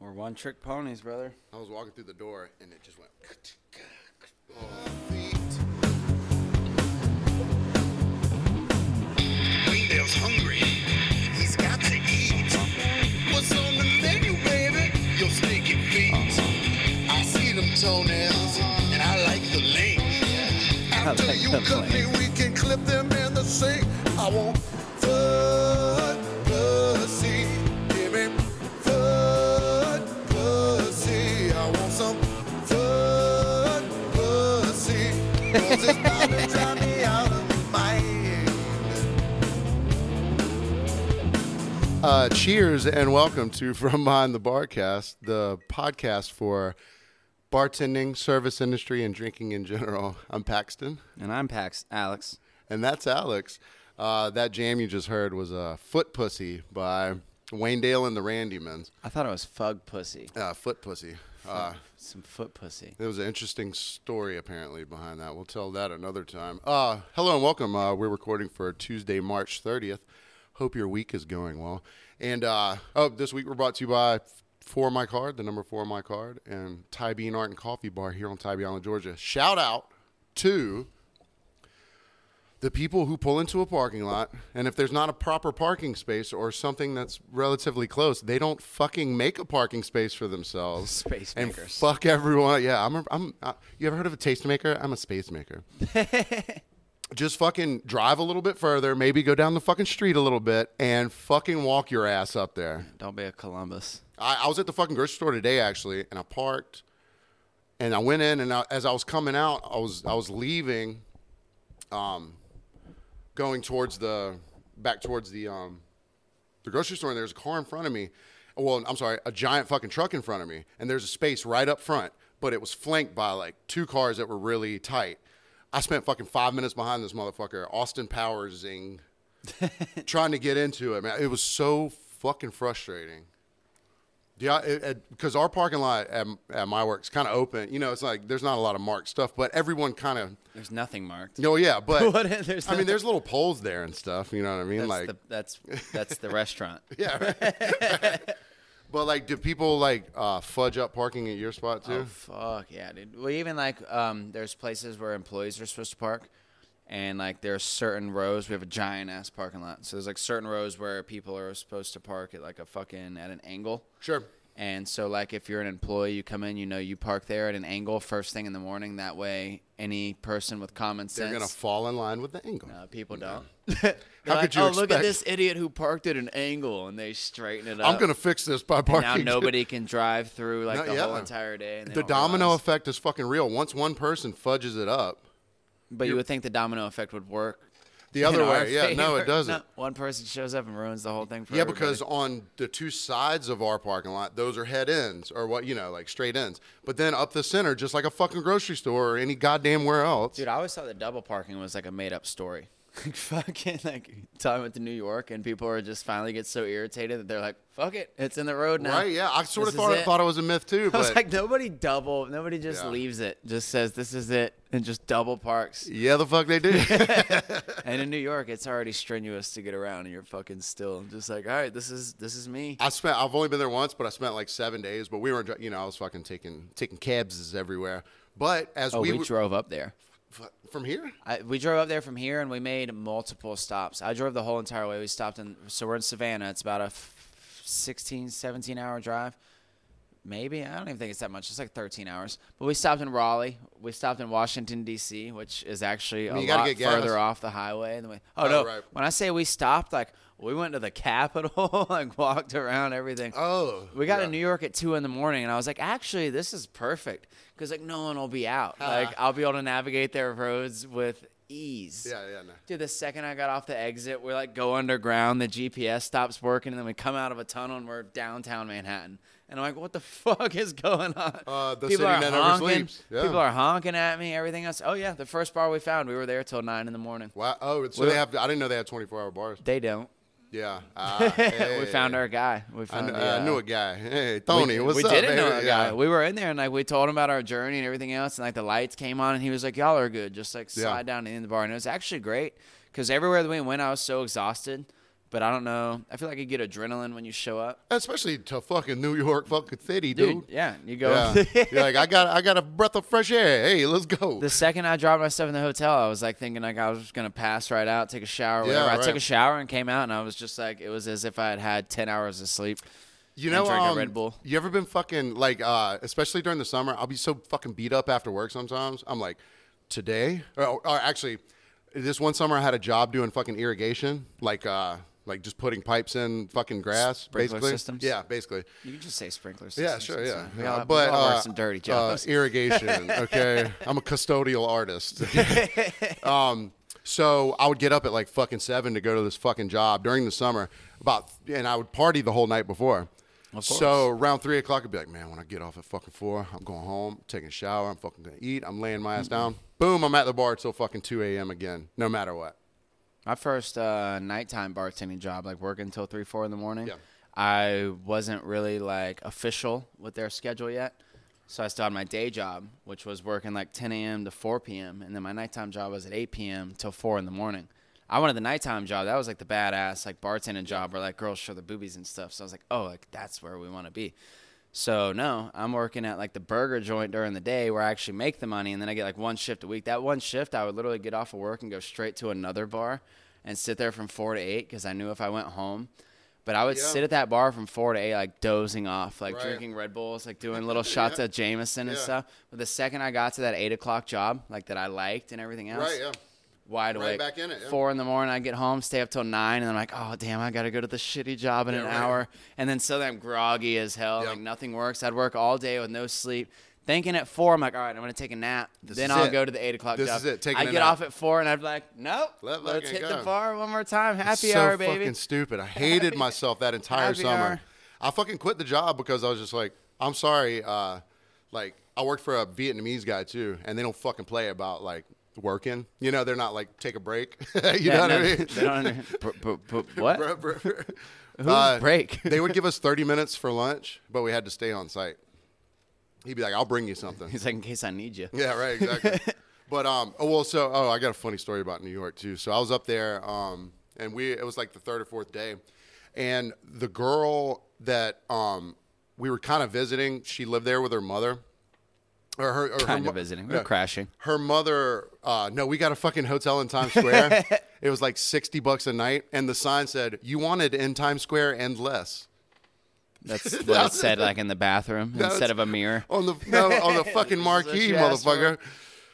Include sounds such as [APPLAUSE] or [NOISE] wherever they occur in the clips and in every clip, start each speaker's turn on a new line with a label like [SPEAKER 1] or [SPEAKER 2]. [SPEAKER 1] We're one trick ponies, brother.
[SPEAKER 2] I was walking through the door and it just went. [LAUGHS] oh,
[SPEAKER 3] Wingdale's hungry. He's got to eat. What's on the menu, baby? Your stinking feet. I see them toenails, and I like the length. After
[SPEAKER 1] like
[SPEAKER 3] you
[SPEAKER 1] the
[SPEAKER 3] cut me, we can clip them in the sink. I want foot pussy. Give me foot pussy. I want some foot pussy.
[SPEAKER 1] [LAUGHS]
[SPEAKER 3] 'Cause it's about to drive me out of my mind.
[SPEAKER 2] Uh, cheers and welcome to From Behind the Barcast, the podcast for bartending, service industry, and drinking in general. I'm Paxton,
[SPEAKER 1] And I'm Pax Alex.
[SPEAKER 2] and that's Alex. Uh, that jam you just heard was uh, Foot Pussy by Wayne Dale and the Randymans.
[SPEAKER 1] I thought it was Fug Pussy.
[SPEAKER 2] Uh, foot Pussy. Uh,
[SPEAKER 1] Some foot pussy.
[SPEAKER 2] There was an interesting story apparently behind that. We'll tell that another time. Uh, hello and welcome. Uh, we're recording for Tuesday, March 30th. Hope your week is going well. And uh, oh, this week we're brought to you by Four My Card, the number Four My Card, and Ty Bean Art and Coffee Bar here on Tybee Island, Georgia. Shout out to the people who pull into a parking lot, and if there's not a proper parking space or something that's relatively close, they don't fucking make a parking space for themselves.
[SPEAKER 1] Space
[SPEAKER 2] and
[SPEAKER 1] makers.
[SPEAKER 2] fuck everyone. Yeah, I'm. A, I'm. I, you ever heard of a taste maker? I'm a space maker. Just fucking drive a little bit further, maybe go down the fucking street a little bit, and fucking walk your ass up there.
[SPEAKER 1] Don't be a Columbus.
[SPEAKER 2] I, I was at the fucking grocery store today actually, and I parked, and I went in, and I, as I was coming out, I was I was leaving, um, going towards the back towards the um, the grocery store, and there's a car in front of me. Well, I'm sorry, a giant fucking truck in front of me, and there's a space right up front, but it was flanked by like two cars that were really tight. I spent fucking five minutes behind this motherfucker, Austin Powersing, trying to get into it, man. It was so fucking frustrating. Yeah, because our parking lot at, at my work's kind of open. You know, it's like there's not a lot of marked stuff, but everyone kind of.
[SPEAKER 1] There's nothing [LAUGHS] marked.
[SPEAKER 2] No, yeah, but
[SPEAKER 1] What is- there's
[SPEAKER 2] I mean,
[SPEAKER 1] nothing-
[SPEAKER 2] there's little poles there and stuff. You know what I mean?
[SPEAKER 1] That's
[SPEAKER 2] like,
[SPEAKER 1] the, that's that's the restaurant.
[SPEAKER 2] [LAUGHS] yeah.
[SPEAKER 1] [LAUGHS]
[SPEAKER 2] right. but like, do people like uh, fudge up parking at your spot too?
[SPEAKER 1] Oh [LAUGHS] fuck yeah, dude. Well, even like um, there's places where employees are supposed to park, and like there's certain rows. We have a giant ass parking lot, so there's like certain rows where people are supposed to park at like a fucking at an angle.
[SPEAKER 2] Sure.
[SPEAKER 1] And so like if you're an employee, you come in, you know, you park there at an angle first thing in the morning. That way, any person with common sense.
[SPEAKER 2] They're gonna fall in line with the angle.
[SPEAKER 1] uh, people don't. [LAUGHS] They're
[SPEAKER 2] How
[SPEAKER 1] like,
[SPEAKER 2] could you
[SPEAKER 1] oh, look at
[SPEAKER 2] expect-
[SPEAKER 1] this idiot who parked at an angle, and they straighten it up.
[SPEAKER 2] I'm gonna fix this by
[SPEAKER 1] And
[SPEAKER 2] parking.
[SPEAKER 1] now nobody can drive through like
[SPEAKER 2] Not
[SPEAKER 1] the
[SPEAKER 2] yet.
[SPEAKER 1] whole entire day. And they
[SPEAKER 2] The
[SPEAKER 1] don't
[SPEAKER 2] domino
[SPEAKER 1] realize.
[SPEAKER 2] effect is fucking real. Once one person fudges it up,
[SPEAKER 1] But you would think the domino effect would work.
[SPEAKER 2] the
[SPEAKER 1] in
[SPEAKER 2] other
[SPEAKER 1] our
[SPEAKER 2] way, yeah, no,
[SPEAKER 1] favor. [LAUGHS]
[SPEAKER 2] it doesn't.
[SPEAKER 1] No, one person shows up and ruins the whole thing for
[SPEAKER 2] Yeah,
[SPEAKER 1] everybody.
[SPEAKER 2] because on the two sides of our parking lot, those are head ends or what you know, like straight ends. But then up the center, just like a fucking grocery store or any goddamn where else.
[SPEAKER 1] Dude, I always thought that double parking was like a made up story. [LAUGHS] Like fucking like time I went to New York and people are just finally get so irritated that they're like, fuck it, it's in the road now.
[SPEAKER 2] right? Yeah, I sort
[SPEAKER 1] This is
[SPEAKER 2] of thought it.
[SPEAKER 1] it.
[SPEAKER 2] thought it was a myth too,
[SPEAKER 1] [LAUGHS] I was
[SPEAKER 2] but
[SPEAKER 1] like, nobody double, nobody just
[SPEAKER 2] Yeah.
[SPEAKER 1] leaves it, just says this is it, and just double parks.
[SPEAKER 2] yeah, the fuck
[SPEAKER 1] [LAUGHS]
[SPEAKER 2] they do.
[SPEAKER 1] and in New York, it's already strenuous to get around, and you're fucking still just like, all right, this is this is me.
[SPEAKER 2] I spent. I've only been there once, but I spent like seven days. But we were, you know, I was fucking taking taking cabs everywhere. But as
[SPEAKER 1] Oh,
[SPEAKER 2] we,
[SPEAKER 1] we,
[SPEAKER 2] were-
[SPEAKER 1] drove up there.
[SPEAKER 2] f- from here,
[SPEAKER 1] I, we drove up there from here, and we made multiple stops. I drove the whole entire way. We stopped in, so we're in Savannah. It's about a f- 16, 17 hour drive. Maybe I don't even think it's that much. It's like 13 hours. But we stopped in Raleigh. We stopped in Washington D.C., which is actually
[SPEAKER 2] mean, you
[SPEAKER 1] a
[SPEAKER 2] gotta
[SPEAKER 1] lot
[SPEAKER 2] get gas.
[SPEAKER 1] further off the highway. Than we, oh,
[SPEAKER 2] Oh,
[SPEAKER 1] no!
[SPEAKER 2] right.
[SPEAKER 1] When I say we stopped, like we went to the [LAUGHS] Capitol, like walked around everything.
[SPEAKER 2] oh,
[SPEAKER 1] We got
[SPEAKER 2] yeah.
[SPEAKER 1] to New York at two in the morning, and I was like, actually, this is perfect because like no one will be out. Like I'll be able to navigate their roads with ease.
[SPEAKER 2] Yeah, yeah, no.
[SPEAKER 1] Dude, the second I got off the exit, we like go underground. The GPS stops working, and then we come out of a tunnel and we're downtown Manhattan. And I'm like, what the fuck is going on?
[SPEAKER 2] Uh, the city that never sleeps. Yeah.
[SPEAKER 1] People are honking at me. Everything else. Oh yeah, the first bar we found, we were there till nine in the morning.
[SPEAKER 2] Wow. Oh, so they have. I didn't know they had twenty four hour bars.
[SPEAKER 1] They don't.
[SPEAKER 2] Yeah. Ah,
[SPEAKER 1] [LAUGHS] we
[SPEAKER 2] hey.
[SPEAKER 1] found our guy. We
[SPEAKER 2] I,
[SPEAKER 1] found.
[SPEAKER 2] kn-
[SPEAKER 1] the,
[SPEAKER 2] I knew
[SPEAKER 1] uh,
[SPEAKER 2] a guy. [LAUGHS] Hey, Tony, what's
[SPEAKER 1] we
[SPEAKER 2] up?
[SPEAKER 1] didn't
[SPEAKER 2] baby?
[SPEAKER 1] know a guy.
[SPEAKER 2] Yeah.
[SPEAKER 1] We were in there and like we told him about our journey and everything else, and like the lights came on, and he was like, "Y'all are good." Just like
[SPEAKER 2] Yeah.
[SPEAKER 1] slide down in the bar, and it was actually great because everywhere that we went, I was so exhausted But I don't know. I feel like you get adrenaline when you show up.
[SPEAKER 2] Especially to fucking New York fucking city,
[SPEAKER 1] Dude,
[SPEAKER 2] dude.
[SPEAKER 1] yeah, you go.
[SPEAKER 2] Yeah. You're like, I got I got a breath of fresh air. Hey, let's
[SPEAKER 1] [LAUGHS]
[SPEAKER 2] go.
[SPEAKER 1] The second I dropped myself in the hotel, I was like thinking like I was just gonna pass right out, take a shower, whatever. I took
[SPEAKER 2] right.
[SPEAKER 1] a shower and came out, and I was just like, it was as if I had had ten hours of sleep.
[SPEAKER 2] You
[SPEAKER 1] and
[SPEAKER 2] know,
[SPEAKER 1] drink a
[SPEAKER 2] um,
[SPEAKER 1] Red Bull.
[SPEAKER 2] You ever been fucking like, uh, especially during the summer? I'll be so fucking beat up after work sometimes. I'm like, today, or, or actually, this one summer I had a job doing fucking irrigation, like, uh, like just putting pipes in fucking grass,
[SPEAKER 1] Sprinkler
[SPEAKER 2] basically.
[SPEAKER 1] systems?
[SPEAKER 2] Yeah, basically.
[SPEAKER 1] You can just say sprinklers.
[SPEAKER 2] Yeah, sure, yeah.
[SPEAKER 1] We
[SPEAKER 2] Uh,
[SPEAKER 1] all,
[SPEAKER 2] but
[SPEAKER 1] we all
[SPEAKER 2] uh,
[SPEAKER 1] work some dirty
[SPEAKER 2] uh,
[SPEAKER 1] jobs.
[SPEAKER 2] irrigation. Okay,
[SPEAKER 1] [LAUGHS]
[SPEAKER 2] I'm a custodial artist. um, so I would get up at like fucking seven to go to this fucking job during the summer. About and I would party the whole night before.
[SPEAKER 1] Of
[SPEAKER 2] So around three o'clock, I'd be like, man, when I get off at fucking four, I'm going home, taking a shower, I'm fucking gonna eat, I'm laying my ass
[SPEAKER 1] Mm-hmm.
[SPEAKER 2] down. Boom, I'm at the bar till fucking two a.m. again, no matter what.
[SPEAKER 1] My first uh, nighttime bartending job, like working until three, four in the morning.
[SPEAKER 2] Yeah.
[SPEAKER 1] I wasn't really like official with their schedule yet, so I still had my day job, which was working like 10 a.m. to 4 p.m., and then my nighttime job was at 8 p.m. till four in the morning. I wanted the nighttime job. That was like the badass like bartending job where like girls show their boobies and stuff. So I was like, oh, like that's where we want to be. So no, I'm working at like the burger joint during the day where I actually make the money, and then I get like one shift a week. That one shift, I would literally get off of work and go straight to another bar and sit there from four to eight because I knew if I went home, but I would
[SPEAKER 2] Yeah.
[SPEAKER 1] sit at that bar from four to eight, like dozing off, like
[SPEAKER 2] Right.
[SPEAKER 1] drinking Red Bulls, like doing
[SPEAKER 2] [LAUGHS]
[SPEAKER 1] little shots of Jameson and
[SPEAKER 2] Yeah.
[SPEAKER 1] stuff. But the second I got to that eight o'clock job, like that I liked and everything else,
[SPEAKER 2] Right? Yeah.
[SPEAKER 1] wide
[SPEAKER 2] Right
[SPEAKER 1] awake.
[SPEAKER 2] back in it, yeah.
[SPEAKER 1] Four in the morning, I get home, stay up till nine, and I'm like, oh damn, I gotta go to the shitty job in an
[SPEAKER 2] right.
[SPEAKER 1] hour, and then suddenly I'm groggy as hell,
[SPEAKER 2] Yeah.
[SPEAKER 1] like nothing works. I'd work all day with no sleep. Thinking at four, I'm like, all right, I'm gonna take a nap. then
[SPEAKER 2] is
[SPEAKER 1] I'll
[SPEAKER 2] it.
[SPEAKER 1] go to the eight o'clock
[SPEAKER 2] This
[SPEAKER 1] job.
[SPEAKER 2] is it, taking
[SPEAKER 1] I
[SPEAKER 2] a
[SPEAKER 1] get
[SPEAKER 2] nap.
[SPEAKER 1] off at four, and I'd be like, nope,
[SPEAKER 2] Let
[SPEAKER 1] let's
[SPEAKER 2] fucking
[SPEAKER 1] hit the
[SPEAKER 2] go.
[SPEAKER 1] bar one more time. Happy
[SPEAKER 2] so
[SPEAKER 1] hour, baby.
[SPEAKER 2] fucking
[SPEAKER 1] [LAUGHS]
[SPEAKER 2] stupid. I hated myself that entire
[SPEAKER 1] Happy
[SPEAKER 2] summer.
[SPEAKER 1] hour.
[SPEAKER 2] I fucking quit the job because I was just like, I'm sorry. Uh, like I worked for a Vietnamese guy too, and they don't fucking play about like working. You know, they're not like take a break. [LAUGHS] you
[SPEAKER 1] Yeah,
[SPEAKER 2] know what
[SPEAKER 1] no,
[SPEAKER 2] I
[SPEAKER 1] [LAUGHS]
[SPEAKER 2] mean?
[SPEAKER 1] They don't under- br- br- br- what?
[SPEAKER 2] [LAUGHS]
[SPEAKER 1] [LAUGHS]
[SPEAKER 2] Bro, bro, bro.
[SPEAKER 1] break?
[SPEAKER 2] they would
[SPEAKER 1] [LAUGHS]
[SPEAKER 2] give us 30 minutes for lunch, but we had to stay on site. He'd be like, "I'll bring you something."
[SPEAKER 1] He's like, in case I need
[SPEAKER 2] [LAUGHS]
[SPEAKER 1] you.
[SPEAKER 2] Yeah, right, exactly. but um, oh well, so oh, I got a funny story about New York too. So I was up there, um, and we it was like the third or fourth day, and the girl that um we were kind of visiting, she lived there with her mother, or her or her
[SPEAKER 1] Kind
[SPEAKER 2] mo-
[SPEAKER 1] of visiting. We're
[SPEAKER 2] yeah.
[SPEAKER 1] crashing.
[SPEAKER 2] Her mother, uh, no, we got a fucking hotel in
[SPEAKER 1] [LAUGHS]
[SPEAKER 2] Times Square. it was like sixty bucks a night, and the sign said, "You wanted in Times Square and less."
[SPEAKER 1] That's what it said, like in the bathroom instead
[SPEAKER 2] was-
[SPEAKER 1] of a mirror.
[SPEAKER 2] on the no,
[SPEAKER 1] [LAUGHS]
[SPEAKER 2] on the fucking marquee,
[SPEAKER 1] she asked
[SPEAKER 2] motherfucker.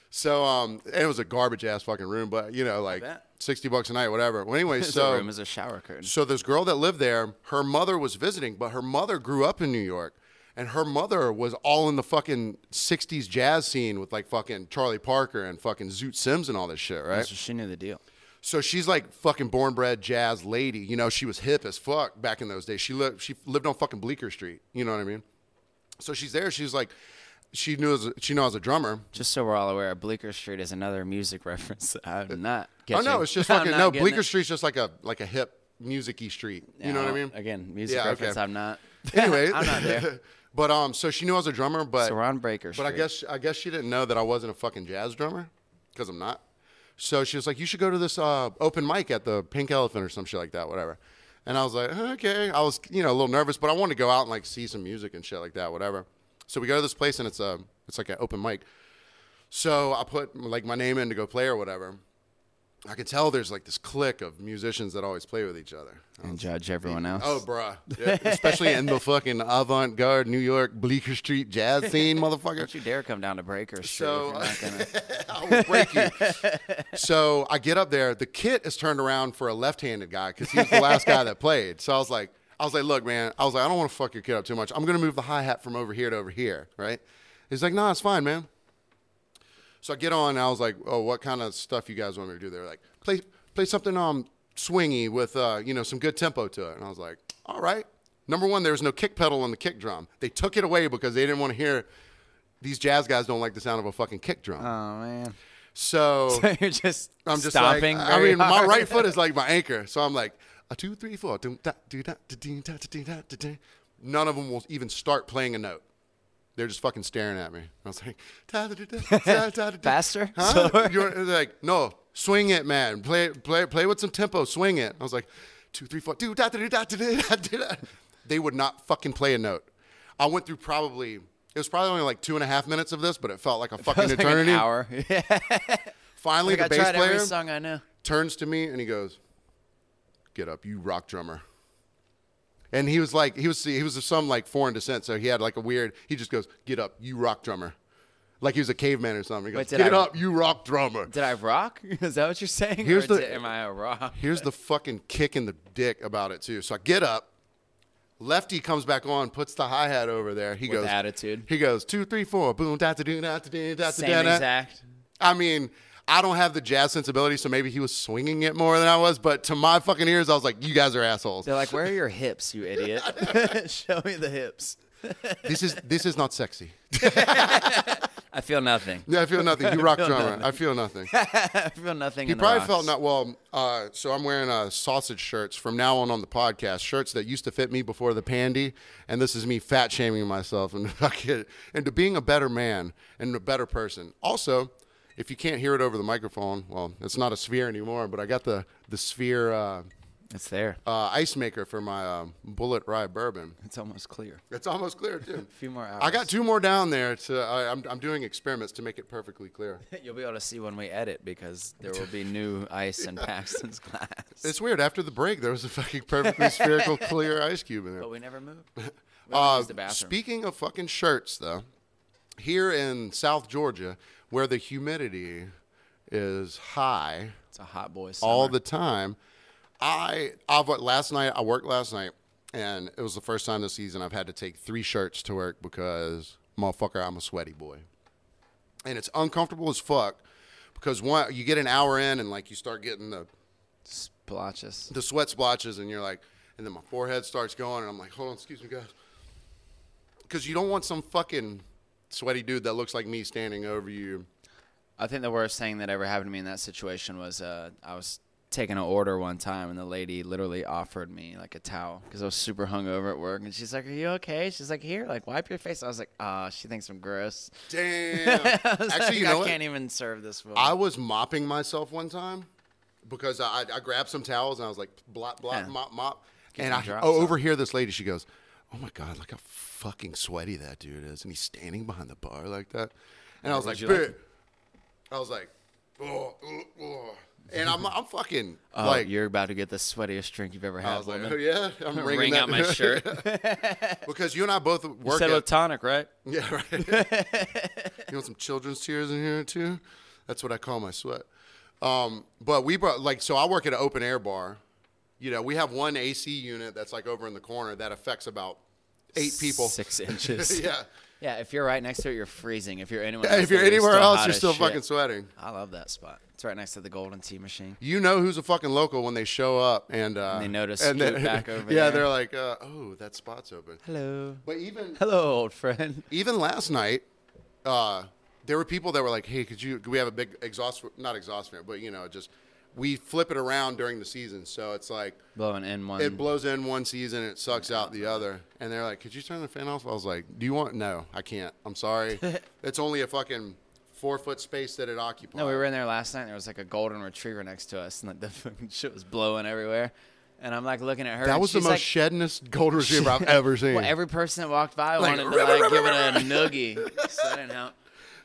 [SPEAKER 2] So um, and it was a garbage ass fucking room, but you know, like
[SPEAKER 1] bet.
[SPEAKER 2] sixty bucks a night, whatever.
[SPEAKER 1] [LAUGHS]
[SPEAKER 2] Well, anyway,
[SPEAKER 1] the
[SPEAKER 2] [LAUGHS] so
[SPEAKER 1] room is a shower curtain.
[SPEAKER 2] so this girl that lived there, her mother was visiting, but her mother grew up in New York, and her mother was all in the fucking '60s jazz scene with like fucking Charlie Parker and fucking Zoot Sims and all this shit, right?
[SPEAKER 1] So she knew the deal.
[SPEAKER 2] So she's like fucking born bred jazz lady. You know, she was hip as fuck back in those days. She lived she lived on fucking Bleecker Street. You know what I mean? So she's there. She's like, she knew as, she knew I was a drummer.
[SPEAKER 1] Just so we're all aware, Bleecker Street is another music [LAUGHS] reference. that I'm not. Catching.
[SPEAKER 2] Oh no, it's
[SPEAKER 1] [LAUGHS]
[SPEAKER 2] just
[SPEAKER 1] I'm
[SPEAKER 2] fucking
[SPEAKER 1] not
[SPEAKER 2] no.
[SPEAKER 1] getting
[SPEAKER 2] Bleecker
[SPEAKER 1] it.
[SPEAKER 2] Street's just like a like a hip musicy street. You know what I mean?
[SPEAKER 1] Again, music
[SPEAKER 2] Yeah, okay.
[SPEAKER 1] reference. [LAUGHS] I'm
[SPEAKER 2] [LAUGHS]
[SPEAKER 1] not.
[SPEAKER 2] Anyway,
[SPEAKER 1] I'm not there.
[SPEAKER 2] [LAUGHS] but um, so she knew I was a drummer, but
[SPEAKER 1] So we're on Breaker Street.
[SPEAKER 2] But I guess I guess she didn't know that I wasn't a fucking jazz drummer because I'm not. So she was like, "You should go to this uh, open mic at the Pink Elephant or some shit like that, whatever." And I was like, "Okay." I was you know a little nervous, but I wanted to go out and like see some music and shit like that, whatever. So we go to this place and it's a it's like an open mic. So I put like my name in to go play or whatever. I could tell there's like this clique of musicians that always play with each other.
[SPEAKER 1] and judge everyone else.
[SPEAKER 2] [LAUGHS] Oh, bruh. Yeah, especially in the fucking avant garde New York Bleecker Street jazz scene, motherfucker.
[SPEAKER 1] don't you dare come down to Breaker Street.
[SPEAKER 2] So-
[SPEAKER 1] if you're not gonna-
[SPEAKER 2] [LAUGHS] I will break you. So I get up there. The kit is turned around for a left-handed guy because he was the last guy that played. So I was like, I was like, look, man. I was like, I don't want to fuck your kid up too much. I'm gonna move the hi hat from over here to over here, right? He's like, nah, it's fine, man. So I get on. And I was like, oh, what kind of stuff you guys want me to do? They're like, play play something um swingy with uh you know some good tempo to it. And I was like, all right. Number one, there was no kick pedal on the kick drum. They took it away because they didn't want to hear. These jazz guys don't like the sound of a fucking kick drum.
[SPEAKER 1] oh man. [LAUGHS]
[SPEAKER 2] So
[SPEAKER 1] So you're just.
[SPEAKER 2] I'm just
[SPEAKER 1] stomping.
[SPEAKER 2] like, I
[SPEAKER 1] very
[SPEAKER 2] mean, my
[SPEAKER 1] hard. [LAUGHS]
[SPEAKER 2] right foot is like my anchor. So I'm like, a two, three, four. dum, da, do, da, da, dee, da, da, dee, da, da, dee. None of them will even start playing a note. They're just fucking staring at me. I was like, da, da, da,
[SPEAKER 1] [LAUGHS]
[SPEAKER 2] da, da, da, da.
[SPEAKER 1] Faster? [LAUGHS]
[SPEAKER 2] Huh? You're they're like, no, swing it, man. Play, play, play with some tempo. Swing it. I was like, two, three, four, do da da da da da da da. da. They would not fucking play a note. I went through probably it was probably only like two and a half minutes of this, but
[SPEAKER 1] [LAUGHS]
[SPEAKER 2] it felt like a fucking
[SPEAKER 1] It was like
[SPEAKER 2] eternity.
[SPEAKER 1] An hour. [LAUGHS] Yeah.
[SPEAKER 2] Finally,
[SPEAKER 1] Like I
[SPEAKER 2] the bass
[SPEAKER 1] tried every
[SPEAKER 2] player
[SPEAKER 1] song I knew.
[SPEAKER 2] turns to me and he goes, "Get up, you rock drummer." And he was like, he was he was of some like foreign descent, so he had like a weird. He just goes, "Get up, you rock drummer," like he was a caveman or something. He goes,
[SPEAKER 1] But did
[SPEAKER 2] "Get
[SPEAKER 1] I-
[SPEAKER 2] up, you rock drummer."
[SPEAKER 1] Did I rock? [LAUGHS] Is that what you're saying?
[SPEAKER 2] Here's
[SPEAKER 1] or
[SPEAKER 2] the-
[SPEAKER 1] did- am I a rock?
[SPEAKER 2] Here's the fucking kick in the dick about it too. So I get up. Lefty comes back on, puts the hi hat over there. He
[SPEAKER 1] With
[SPEAKER 2] goes
[SPEAKER 1] attitude.
[SPEAKER 2] He goes two, three, four, boom, da da da da da da
[SPEAKER 1] Same
[SPEAKER 2] da da.
[SPEAKER 1] exact.
[SPEAKER 2] I mean, I don't have the jazz sensibility, so maybe he was swinging it more than I was. But to my fucking ears, I was like, "You guys are assholes.
[SPEAKER 1] They're like, where are your hips, you
[SPEAKER 2] [LAUGHS]
[SPEAKER 1] idiot? [LAUGHS] Show me the hips.
[SPEAKER 2] this is this is not [LAUGHS] sexy."
[SPEAKER 1] I feel nothing. [LAUGHS]
[SPEAKER 2] Yeah, I feel nothing. You rock drummer. I feel [LAUGHS] nothing.
[SPEAKER 1] I feel nothing.
[SPEAKER 2] He
[SPEAKER 1] in the
[SPEAKER 2] probably
[SPEAKER 1] rocks.
[SPEAKER 2] felt not well. Uh, so I'm wearing uh, sausage shirts from now on on the podcast. Shirts that used to fit me before the pandy, and this is me fat shaming myself and [LAUGHS] fucking- into being a better man and a better person. Also, if you can't hear it over the microphone, well, it's not a sphere anymore. But I got the the sphere uh,
[SPEAKER 1] It's there.
[SPEAKER 2] uh, ice maker for my um, bullet rye bourbon.
[SPEAKER 1] [LAUGHS] It's almost clear.
[SPEAKER 2] It's almost
[SPEAKER 1] [LAUGHS]
[SPEAKER 2] clear too.
[SPEAKER 1] A few more hours.
[SPEAKER 2] I got two more down there. To I, I'm I'm doing experiments to make it perfectly clear.
[SPEAKER 1] [LAUGHS] You'll be able to see when we edit because there will be new ice
[SPEAKER 2] [LAUGHS]
[SPEAKER 1] in Paxton's glass.
[SPEAKER 2] It's weird. After the break, there was a fucking
[SPEAKER 1] [LAUGHS]
[SPEAKER 2] perfectly spherical clear ice cube in there.
[SPEAKER 1] but we never
[SPEAKER 2] [LAUGHS]
[SPEAKER 1] moved. We
[SPEAKER 2] Uh,
[SPEAKER 1] only used the bathroom.
[SPEAKER 2] Speaking of fucking shirts, though, here in South Georgia, where the humidity is high
[SPEAKER 1] it's a hot boy. Summer.
[SPEAKER 2] all the time, I I've last night I worked last night, and it was the first time this season I've had to take three shirts to work because motherfucker, I'm a sweaty boy and it's uncomfortable as fuck because one you get an hour in and like you start getting the
[SPEAKER 1] splotches.
[SPEAKER 2] the sweat splotches and you're like and then my forehead starts going and I'm like hold on excuse me guys because you don't want some fucking sweaty dude that looks like me standing over
[SPEAKER 1] [LAUGHS]
[SPEAKER 2] you
[SPEAKER 1] I think the worst thing that ever happened to me in that situation was uh, I was taking an order one time and the lady literally offered me like a towel because I was super hungover at work and she's like, "Are you okay?" She's like, "Here, like wipe your face." I was like, "Ah, she thinks I'm gross." [LAUGHS]
[SPEAKER 2] damn
[SPEAKER 1] I was
[SPEAKER 2] actually
[SPEAKER 1] like,
[SPEAKER 2] you know
[SPEAKER 1] I
[SPEAKER 2] what?
[SPEAKER 1] can't even serve this woman.
[SPEAKER 2] I was mopping myself one time because I, I grabbed some towels and I was like, blop, blop,
[SPEAKER 1] Yeah.
[SPEAKER 2] mop, mop. and
[SPEAKER 1] some
[SPEAKER 2] I
[SPEAKER 1] drops
[SPEAKER 2] oh, overhear this lady. She goes, Oh my God, look how fucking sweaty that dude is. And he's standing behind the bar like that. And I was like,
[SPEAKER 1] you like-
[SPEAKER 2] "Bitch." I was like, oh, oh, oh." And I'm, I'm fucking
[SPEAKER 1] [LAUGHS] Oh,
[SPEAKER 2] like,
[SPEAKER 1] you're about to get the sweatiest drink you've ever had.
[SPEAKER 2] I was like,
[SPEAKER 1] woman.
[SPEAKER 2] oh yeah,
[SPEAKER 1] [LAUGHS]
[SPEAKER 2] I'm wringing
[SPEAKER 1] Wring
[SPEAKER 2] that.
[SPEAKER 1] out my [LAUGHS] shirt.
[SPEAKER 2] [LAUGHS] because you and I both work
[SPEAKER 1] Said
[SPEAKER 2] at,
[SPEAKER 1] with tonic, right?
[SPEAKER 2] Yeah, [LAUGHS] right.
[SPEAKER 1] [LAUGHS]
[SPEAKER 2] you want some children's tears in here too? That's what I call my sweat. Um, but we brought like so I work at an open air bar. You know, we have one AC unit that's like over in the corner that affects about eight people.
[SPEAKER 1] Six inches.
[SPEAKER 2] [LAUGHS] yeah.
[SPEAKER 1] Yeah, if you're right next to it, you're freezing. If you're anyone, else,
[SPEAKER 2] If you're
[SPEAKER 1] there,
[SPEAKER 2] anywhere
[SPEAKER 1] still
[SPEAKER 2] else,
[SPEAKER 1] hot
[SPEAKER 2] you're
[SPEAKER 1] as
[SPEAKER 2] still
[SPEAKER 1] shit.
[SPEAKER 2] fucking sweating.
[SPEAKER 1] I love that spot. It's right next to the Golden Tea Machine.
[SPEAKER 2] You know who's a fucking local when they show up and, uh,
[SPEAKER 1] And they notice
[SPEAKER 2] and
[SPEAKER 1] scoot
[SPEAKER 2] then-
[SPEAKER 1] back over
[SPEAKER 2] [LAUGHS] Yeah,
[SPEAKER 1] there.
[SPEAKER 2] they're like, uh, oh, that spot's open.
[SPEAKER 1] Hello,
[SPEAKER 2] But even
[SPEAKER 1] hello, old friend. [LAUGHS]
[SPEAKER 2] even last night, uh, there were people that were like, "Hey, could you? Could we have a big exhaust? Not exhaust fan, but you know, just we flip it around during the season. So it's like
[SPEAKER 1] Blowing in one.
[SPEAKER 2] it blows in one season and it sucks out the other. And they're like, "Could you turn the fan off?" I was like, "Do you want? No, I can't. I'm sorry. it's only a fucking four foot space that it occupies.
[SPEAKER 1] no, we were in there last night. and There was like a golden retriever next to us, and like [LAUGHS] the fucking shit was blowing everywhere. And I'm like looking at her.
[SPEAKER 2] that
[SPEAKER 1] and
[SPEAKER 2] was the
[SPEAKER 1] she's
[SPEAKER 2] most [LAUGHS]
[SPEAKER 1] like, [LAUGHS]
[SPEAKER 2] sheddenest gold retriever I've ever seen.
[SPEAKER 1] Well, every person that walked by
[SPEAKER 2] Like,
[SPEAKER 1] wanted to like give it a
[SPEAKER 2] [LAUGHS]
[SPEAKER 1] noogie. So I didn't help.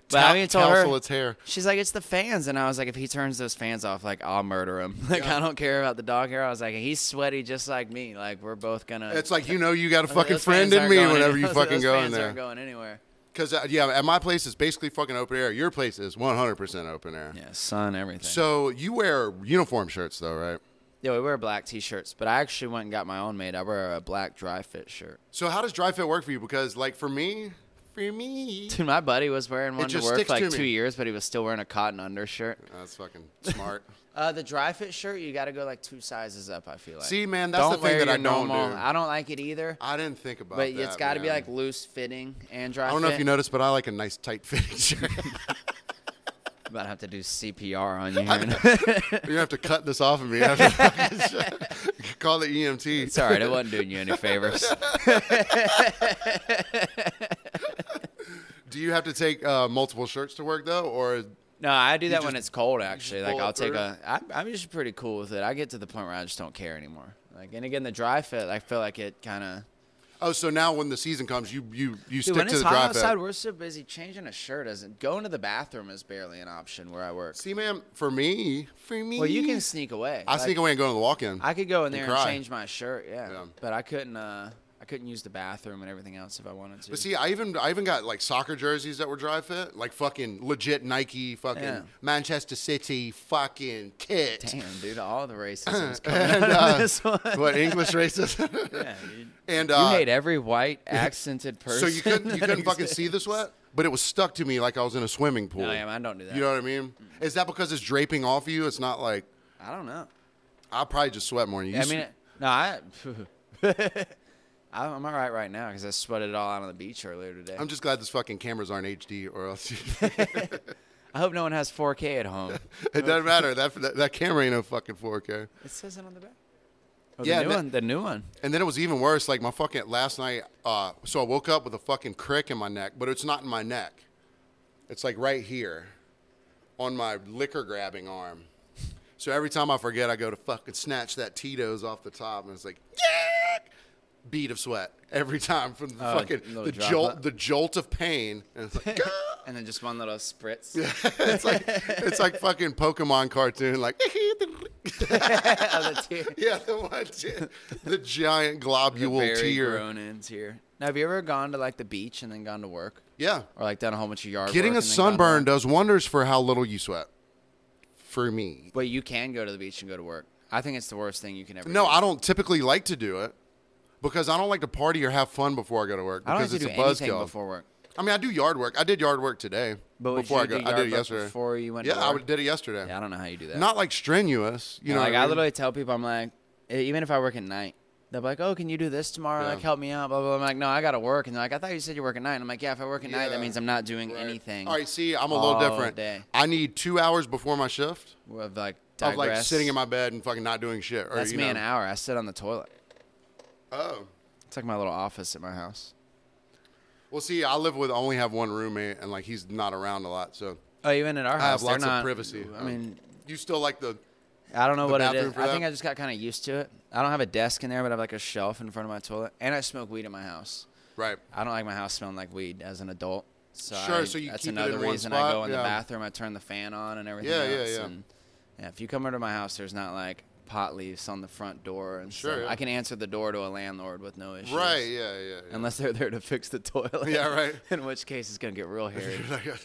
[SPEAKER 1] But I even told
[SPEAKER 2] Tousle
[SPEAKER 1] her
[SPEAKER 2] its hair.
[SPEAKER 1] She's like, it's the fans, and I was like, if he turns those fans off, like I'll murder him. [LAUGHS] Like I don't care about the dog hair. I was like, he's sweaty just like me. Like we're both gonna. [LAUGHS]
[SPEAKER 2] It's like you know you got a
[SPEAKER 1] Those
[SPEAKER 2] fucking
[SPEAKER 1] fans
[SPEAKER 2] friend in
[SPEAKER 1] aren't
[SPEAKER 2] me
[SPEAKER 1] going
[SPEAKER 2] whenever
[SPEAKER 1] any- [LAUGHS]
[SPEAKER 2] you
[SPEAKER 1] those-
[SPEAKER 2] fucking
[SPEAKER 1] those
[SPEAKER 2] go in
[SPEAKER 1] fans
[SPEAKER 2] there.
[SPEAKER 1] Aren't going anywhere.
[SPEAKER 2] Because uh, yeah, at my place it's basically fucking open air. Your place is 100% open air.
[SPEAKER 1] Yeah, sun, everything.
[SPEAKER 2] So you wear uniform shirts though, right?
[SPEAKER 1] yeah, we wear black t-shirts, but I actually went and got my own made. I wear a black dry fit shirt. [LAUGHS]
[SPEAKER 2] So how does dry fit work for you? Because like for me, for me,
[SPEAKER 1] Dude, my buddy was wearing one to
[SPEAKER 2] just
[SPEAKER 1] work
[SPEAKER 2] sticks
[SPEAKER 1] for like
[SPEAKER 2] to me.
[SPEAKER 1] two years, but he was still wearing a cotton undershirt. [LAUGHS]
[SPEAKER 2] that's fucking smart.
[SPEAKER 1] Uh, the dry fit shirt, you got to go like two sizes up. I feel like.
[SPEAKER 2] See, man, that's
[SPEAKER 1] don't
[SPEAKER 2] the thing
[SPEAKER 1] wear
[SPEAKER 2] that I
[SPEAKER 1] your
[SPEAKER 2] don't
[SPEAKER 1] normal.
[SPEAKER 2] do.
[SPEAKER 1] I don't like it either.
[SPEAKER 2] I didn't think about
[SPEAKER 1] But
[SPEAKER 2] that.
[SPEAKER 1] it's got to be
[SPEAKER 2] man.
[SPEAKER 1] like loose fitting and dry.
[SPEAKER 2] I don't know if
[SPEAKER 1] fit.
[SPEAKER 2] you noticed, but I like a nice
[SPEAKER 1] [LAUGHS]
[SPEAKER 2] tight fitting shirt. [LAUGHS]
[SPEAKER 1] About to have to do CPR
[SPEAKER 2] [LAUGHS]
[SPEAKER 1] on you. here in a-
[SPEAKER 2] You're gonna have to cut this off of me. After [LAUGHS] Call E the
[SPEAKER 1] [LAUGHS]
[SPEAKER 2] EMT.
[SPEAKER 1] it's all
[SPEAKER 2] [LAUGHS]
[SPEAKER 1] right. It wasn't doing you any favors.
[SPEAKER 2] Do you have to take uh, multiple shirts to work though, or
[SPEAKER 1] No, I do that when
[SPEAKER 2] just-
[SPEAKER 1] it's cold. Actually, like
[SPEAKER 2] pull it
[SPEAKER 1] I'll take
[SPEAKER 2] through?
[SPEAKER 1] a. I, I'm usually pretty cool with it. I get to the point where I just don't care anymore. Like Like and again, the dry fit, I feel like it kind of.
[SPEAKER 2] Oh, so now when the season comes, you you
[SPEAKER 1] Dude,
[SPEAKER 2] you stick
[SPEAKER 1] when
[SPEAKER 2] to
[SPEAKER 1] it's
[SPEAKER 2] the
[SPEAKER 1] hot
[SPEAKER 2] dry
[SPEAKER 1] outside,
[SPEAKER 2] fit.
[SPEAKER 1] we're so busy changing a shirt isn't going to the bathroom is barely an option where I work.
[SPEAKER 2] See, man, for me, for me,
[SPEAKER 1] Well, you can sneak away.
[SPEAKER 2] I sneak away and go to the walk-in.
[SPEAKER 1] I could go in there and,
[SPEAKER 2] cry.
[SPEAKER 1] change my shirt, yeah.
[SPEAKER 2] Yeah.
[SPEAKER 1] But I couldn't. Uh, I couldn't use the bathroom and everything else if I wanted to.
[SPEAKER 2] But see, I even I even got like soccer jerseys that were dry fit, like fucking legit Nike, fucking
[SPEAKER 1] Yeah.
[SPEAKER 2] Manchester City, fucking tit.
[SPEAKER 1] Damn, dude, all the racism
[SPEAKER 2] [LAUGHS]
[SPEAKER 1] is coming out of this one. [LAUGHS]
[SPEAKER 2] What English racist?
[SPEAKER 1] Yeah, dude.
[SPEAKER 2] [LAUGHS] and
[SPEAKER 1] You
[SPEAKER 2] uh,
[SPEAKER 1] hate every
[SPEAKER 2] [LAUGHS]
[SPEAKER 1] white accented person.
[SPEAKER 2] so
[SPEAKER 1] [LAUGHS]
[SPEAKER 2] you couldn't you
[SPEAKER 1] that
[SPEAKER 2] couldn't fucking
[SPEAKER 1] exists.
[SPEAKER 2] see the sweat, but it was stuck to me like I was in a swimming pool.
[SPEAKER 1] No, yeah, man, don't do that.
[SPEAKER 2] You know what I mean? Is that because it's draping off you? It's not like
[SPEAKER 1] I don't know.
[SPEAKER 2] I probably just sweat more. than You
[SPEAKER 1] Yeah, I
[SPEAKER 2] sw-
[SPEAKER 1] mean, no, I. [LAUGHS] I'm I'm all right right now because I sweated it all out on the beach earlier today.
[SPEAKER 2] I'm just glad this fucking cameras aren't HD, or else
[SPEAKER 1] [LAUGHS] I hope no one has 4K at home.
[SPEAKER 2] [LAUGHS] it doesn't matter. That, that that camera ain't no fucking 4K.
[SPEAKER 1] it says it on the back. Oh, the
[SPEAKER 2] Yeah,
[SPEAKER 1] new
[SPEAKER 2] that-
[SPEAKER 1] one. The new
[SPEAKER 2] [GASPS]
[SPEAKER 1] one.
[SPEAKER 2] And then it was even worse. Like my fucking last night, uh, so I woke up with a fucking crick in my neck, but it's not in my neck. It's like right here, on my liquor grabbing arm. So every time I forget, I go to fucking snatch that Tito's off the top, and it's like, Yuck! bead of sweat every time from the
[SPEAKER 1] Oh,
[SPEAKER 2] fucking
[SPEAKER 1] little
[SPEAKER 2] the
[SPEAKER 1] droplet.
[SPEAKER 2] jolt, the jolt of pain. And it's like,
[SPEAKER 1] And then just one little spritz. [LAUGHS]
[SPEAKER 2] [LAUGHS] it's like it's like fucking Pokemon cartoon, like. [LAUGHS]
[SPEAKER 1] of the tear.
[SPEAKER 2] Yeah, the one, gi- the giant globule
[SPEAKER 1] very
[SPEAKER 2] tear.
[SPEAKER 1] grown in tear. Now, have you ever gone to like the beach and then gone to work,
[SPEAKER 2] Yeah,
[SPEAKER 1] or like done a whole bunch of yard?
[SPEAKER 2] Getting
[SPEAKER 1] work and
[SPEAKER 2] a
[SPEAKER 1] then gone to
[SPEAKER 2] sunburn
[SPEAKER 1] work?
[SPEAKER 2] does wonders for how little you sweat. For me.
[SPEAKER 1] But you can go to the beach and go to work. I think it's the worst thing you can ever.
[SPEAKER 2] No,
[SPEAKER 1] do.
[SPEAKER 2] I don't typically like to do it because I don't like to party or have fun before I go to work
[SPEAKER 1] I don't have
[SPEAKER 2] because
[SPEAKER 1] to
[SPEAKER 2] it's
[SPEAKER 1] do
[SPEAKER 2] a
[SPEAKER 1] anything
[SPEAKER 2] buzzkill.
[SPEAKER 1] before work.
[SPEAKER 2] I mean, I do yard work. I did yard work today
[SPEAKER 1] But would
[SPEAKER 2] before
[SPEAKER 1] you
[SPEAKER 2] I go.
[SPEAKER 1] do
[SPEAKER 2] I
[SPEAKER 1] yard
[SPEAKER 2] did it
[SPEAKER 1] work
[SPEAKER 2] yesterday.
[SPEAKER 1] before you went to
[SPEAKER 2] Yeah, I
[SPEAKER 1] work?
[SPEAKER 2] would- did it yesterday.
[SPEAKER 1] Yeah, I don't know how you do that.
[SPEAKER 2] Not like strenuous, you know.
[SPEAKER 1] like
[SPEAKER 2] what
[SPEAKER 1] I,
[SPEAKER 2] I mean?
[SPEAKER 1] literally tell people, I'm like, e- even if I work at night, they're like, "Oh, can you do this tomorrow?
[SPEAKER 2] Yeah.
[SPEAKER 1] Like, help me out." Blah, blah blah. I'm like, "No, I gotta work." And they're like, "I thought you said you work at night." And I'm like, "Yeah, if I work at night,
[SPEAKER 2] Yeah,
[SPEAKER 1] that means I'm not doing
[SPEAKER 2] Right.
[SPEAKER 1] anything."
[SPEAKER 2] All right, see, I'm a little
[SPEAKER 1] all
[SPEAKER 2] different.
[SPEAKER 1] day.
[SPEAKER 2] I need two hours before my shift
[SPEAKER 1] Of like
[SPEAKER 2] of like
[SPEAKER 1] digress.
[SPEAKER 2] sitting in my bed and fucking not doing shit. Or,
[SPEAKER 1] That's
[SPEAKER 2] you
[SPEAKER 1] me
[SPEAKER 2] know,
[SPEAKER 1] an hour. I sit on the toilet.
[SPEAKER 2] Oh,
[SPEAKER 1] It's like my little office at my house.
[SPEAKER 2] well, see, I live with I only have one roommate and like he's not around a lot, so
[SPEAKER 1] Oh, even at our
[SPEAKER 2] I have
[SPEAKER 1] house, they're
[SPEAKER 2] lots of
[SPEAKER 1] not-
[SPEAKER 2] privacy.
[SPEAKER 1] I mean,
[SPEAKER 2] you still like the
[SPEAKER 1] I don't know what it
[SPEAKER 2] bathroom
[SPEAKER 1] is.
[SPEAKER 2] for
[SPEAKER 1] I
[SPEAKER 2] that?
[SPEAKER 1] think I just got kind of used to it. I don't have a desk in there, but I have like a shelf in front of my toilet, and I smoke weed at my house.
[SPEAKER 2] right.
[SPEAKER 1] I don't like my house smelling like weed as an adult. So
[SPEAKER 2] Sure,
[SPEAKER 1] I-
[SPEAKER 2] so you
[SPEAKER 1] that's
[SPEAKER 2] keep it
[SPEAKER 1] another
[SPEAKER 2] in one
[SPEAKER 1] reason I
[SPEAKER 2] spot,
[SPEAKER 1] go in
[SPEAKER 2] yeah.
[SPEAKER 1] the bathroom. I turn the fan on and everything.
[SPEAKER 2] Yeah, yeah,
[SPEAKER 1] else,
[SPEAKER 2] yeah.
[SPEAKER 1] And, yeah, if you come over to my house, there's not like pot leaves on the front door, and
[SPEAKER 2] Sure,
[SPEAKER 1] stuff.
[SPEAKER 2] yeah.
[SPEAKER 1] I can answer the door to a landlord with no issues.
[SPEAKER 2] Right, yeah, yeah. [LAUGHS] yeah.
[SPEAKER 1] Unless they're there to fix the toilet.
[SPEAKER 2] Yeah, right.
[SPEAKER 1] [LAUGHS] in which case it's gonna get
[SPEAKER 2] [LAUGHS]
[SPEAKER 1] real hairy,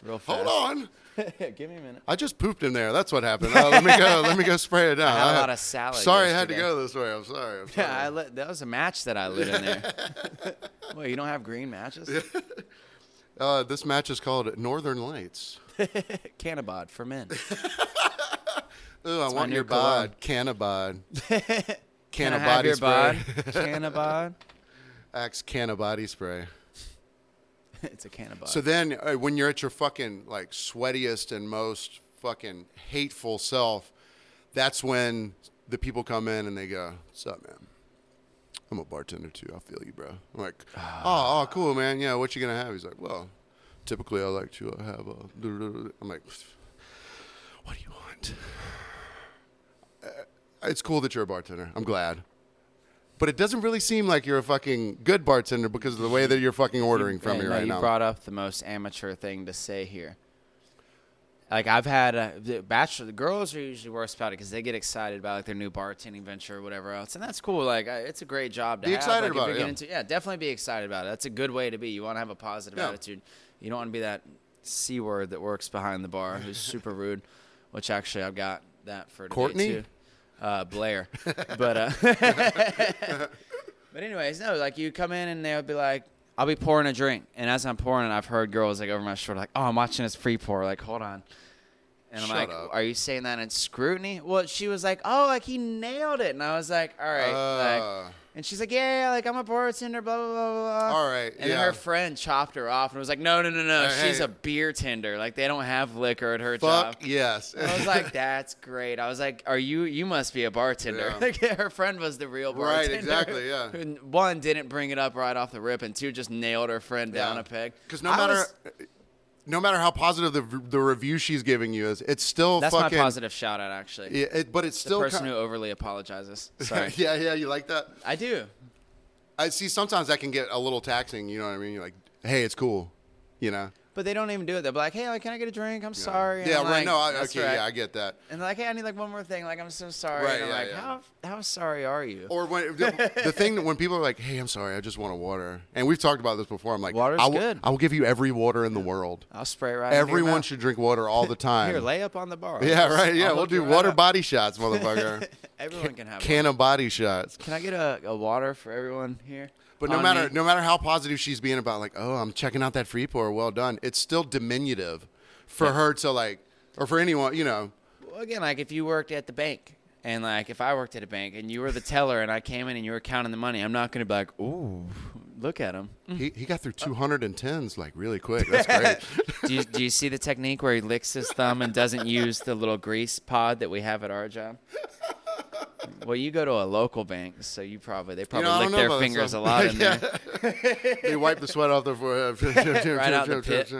[SPEAKER 1] real fast.
[SPEAKER 2] Hold on.
[SPEAKER 1] [LAUGHS] Give me a minute.
[SPEAKER 2] I just pooped in there. That's what happened. Uh, let me go. Let me go spray
[SPEAKER 1] [LAUGHS]
[SPEAKER 2] it down.
[SPEAKER 1] had a
[SPEAKER 2] I
[SPEAKER 1] lot of salad
[SPEAKER 2] Sorry, I had to
[SPEAKER 1] yesterday.
[SPEAKER 2] go this way. I'm
[SPEAKER 1] [LAUGHS]
[SPEAKER 2] sorry. I'm sorry.
[SPEAKER 1] Yeah, I lit, that was a match that I lit in there. [LAUGHS] well, you don't have green matches?
[SPEAKER 2] uh, this match is called Northern Lights.
[SPEAKER 1] Cannabod for
[SPEAKER 2] [LAUGHS]
[SPEAKER 1] men.
[SPEAKER 2] Ooh, I
[SPEAKER 1] my
[SPEAKER 2] want
[SPEAKER 1] new
[SPEAKER 2] your
[SPEAKER 1] cologne. [LAUGHS]
[SPEAKER 2] bod. Cannabod.
[SPEAKER 1] Can I have
[SPEAKER 2] Cannabody
[SPEAKER 1] your bod?
[SPEAKER 2] spray.
[SPEAKER 1] Cannabod?
[SPEAKER 2] [LAUGHS]
[SPEAKER 1] [LAUGHS]
[SPEAKER 2] Axe cannabody spray.
[SPEAKER 1] it's a cannabod.
[SPEAKER 2] So then, uh, when you're at your fucking like sweatiest and most fucking hateful self, that's when the people come in and they go, "What's up, man? I'm a bartender too. I feel you, bro." I'm like,
[SPEAKER 1] Ah.
[SPEAKER 2] "Oh, oh, cool, man. Yeah, what you gonna have?" He's like, "Well, typically I like to uh, have a." [SIGHS] I'm like, "What do you want?" Uh, It's cool that you're a bartender. I'm glad. But it doesn't really seem like you're a fucking good bartender because of the way that you're fucking ordering from
[SPEAKER 1] Yeah,
[SPEAKER 2] me
[SPEAKER 1] no,
[SPEAKER 2] right
[SPEAKER 1] you
[SPEAKER 2] now.
[SPEAKER 1] brought up the most amateur thing to say here. Like I've had a the bachelor. The girls are usually worse about it because they get excited about like their new bartending venture or whatever else, and that's cool. Like I, it's a great job to
[SPEAKER 2] Be
[SPEAKER 1] have.
[SPEAKER 2] excited
[SPEAKER 1] like, if
[SPEAKER 2] about
[SPEAKER 1] you're
[SPEAKER 2] it, yeah.
[SPEAKER 1] getting into- yeah, definitely be excited about it. That's a good way to be. You want to have a positive
[SPEAKER 2] Yeah.
[SPEAKER 1] attitude. You don't want to be that c word that works behind the bar
[SPEAKER 2] [LAUGHS]
[SPEAKER 1] who's super rude. Which actually I've got that for today,
[SPEAKER 2] Courtney?
[SPEAKER 1] too. uh,
[SPEAKER 2] [LAUGHS]
[SPEAKER 1] Blair, but. Uh, [LAUGHS] But anyways, no, like you come in and they'll be like, I'll be pouring a drink, and as I'm pouring it, I've heard girls like over my shoulder like, "Oh, I'm watching this free pour." Like, hold on. And I'm
[SPEAKER 2] Shut
[SPEAKER 1] like,
[SPEAKER 2] up.
[SPEAKER 1] "Are you saying that in scrutiny?" Well, she was like, "Oh, like he nailed it," and I was like, "All right."
[SPEAKER 2] Uh.
[SPEAKER 1] like, and she's like, "Yeah, yeah, like I'm a bartender, blah blah blah blah." blah."
[SPEAKER 2] All right,
[SPEAKER 1] And then
[SPEAKER 2] yeah.
[SPEAKER 1] her friend chopped her off and was like, "No, no, no, no,
[SPEAKER 2] Uh, hey.
[SPEAKER 1] she's a beer tender. Like they don't have liquor at her job."
[SPEAKER 2] Fuck yes.
[SPEAKER 1] I was like, "That's great." I was like, "Are you? You must be a bartender."
[SPEAKER 2] Yeah.
[SPEAKER 1] [LAUGHS] Like her friend was the real
[SPEAKER 2] Right,
[SPEAKER 1] bartender. [LAUGHS]
[SPEAKER 2] exactly, yeah.
[SPEAKER 1] Who, One didn't bring it up right off the rip, and two just nailed her friend down
[SPEAKER 2] [LAUGHS] Yeah.
[SPEAKER 1] a peg.
[SPEAKER 2] Because no
[SPEAKER 1] I
[SPEAKER 2] matter
[SPEAKER 1] was-
[SPEAKER 2] no matter how positive the the review she's giving you is, it's still
[SPEAKER 1] That's
[SPEAKER 2] fucking.
[SPEAKER 1] my positive shout out, actually.
[SPEAKER 2] Yeah, it, but it's
[SPEAKER 1] the
[SPEAKER 2] still
[SPEAKER 1] person
[SPEAKER 2] kind
[SPEAKER 1] who
[SPEAKER 2] [LAUGHS]
[SPEAKER 1] overly apologizes. Sorry.
[SPEAKER 2] yeah, yeah, you like that?
[SPEAKER 1] I do.
[SPEAKER 2] I see. Sometimes that can get a little taxing. You know what I mean? You're like, hey, it's cool. You know?
[SPEAKER 1] But they don't even do it. They're like, hey, like, can I get a drink? I'm sorry. And
[SPEAKER 2] Yeah,
[SPEAKER 1] I'm
[SPEAKER 2] right.
[SPEAKER 1] like,
[SPEAKER 2] no, I,
[SPEAKER 1] "That's
[SPEAKER 2] okay,
[SPEAKER 1] right."
[SPEAKER 2] yeah, I get that.
[SPEAKER 1] And they're like, hey, I need like one more thing. Like, I'm so sorry.
[SPEAKER 2] Right,
[SPEAKER 1] and I'm
[SPEAKER 2] yeah,
[SPEAKER 1] like,
[SPEAKER 2] yeah.
[SPEAKER 1] how how sorry are you?
[SPEAKER 2] Or when the, the thing that when people are like, "Hey, I'm sorry, I just want a water," and we've talked about this before. I'm like,
[SPEAKER 1] Water's
[SPEAKER 2] I will-
[SPEAKER 1] good.
[SPEAKER 2] I will give you every water in the world.
[SPEAKER 1] I'll spray it right. into your
[SPEAKER 2] Everyone
[SPEAKER 1] mouth.
[SPEAKER 2] should drink
[SPEAKER 1] [LAUGHS]
[SPEAKER 2] water all the time.
[SPEAKER 1] Here, lay up on the bar.
[SPEAKER 2] yeah, right.
[SPEAKER 1] I'll
[SPEAKER 2] Yeah, we'll
[SPEAKER 1] hook you
[SPEAKER 2] do
[SPEAKER 1] right
[SPEAKER 2] water
[SPEAKER 1] up. [LAUGHS]
[SPEAKER 2] body shots, motherfucker.
[SPEAKER 1] Everyone can have.
[SPEAKER 2] Can of body shots.
[SPEAKER 1] Can I get a, a water for everyone here?
[SPEAKER 2] But no
[SPEAKER 1] On
[SPEAKER 2] matter
[SPEAKER 1] me?
[SPEAKER 2] no matter how positive she's being about like, oh, I'm checking out that free pour, well done. It's still diminutive for her to like, or for anyone, you know.
[SPEAKER 1] Well, again, like if you worked at the bank, and like if I worked at a bank, and you were the teller, and I came in and you were counting the money, I'm not gonna be like, ooh, look at him.
[SPEAKER 2] He, he got through
[SPEAKER 1] Uh,
[SPEAKER 2] 210s like
[SPEAKER 1] [LAUGHS]
[SPEAKER 2] really quick. That's great.
[SPEAKER 1] do you, do you see the technique where he licks his thumb and doesn't use the little grease pod that we have at our job? Well, you go to a local bank, so you probably they
[SPEAKER 2] You
[SPEAKER 1] [LAUGHS] probably
[SPEAKER 2] know, I don't
[SPEAKER 1] lick
[SPEAKER 2] know
[SPEAKER 1] their
[SPEAKER 2] about that
[SPEAKER 1] fingers a
[SPEAKER 2] stuff. [LAUGHS]
[SPEAKER 1] lot in there.
[SPEAKER 2] Yeah. [LAUGHS] they wipe the sweat off their
[SPEAKER 1] [LAUGHS]
[SPEAKER 2] forehead. [LAUGHS] right
[SPEAKER 1] out the pit.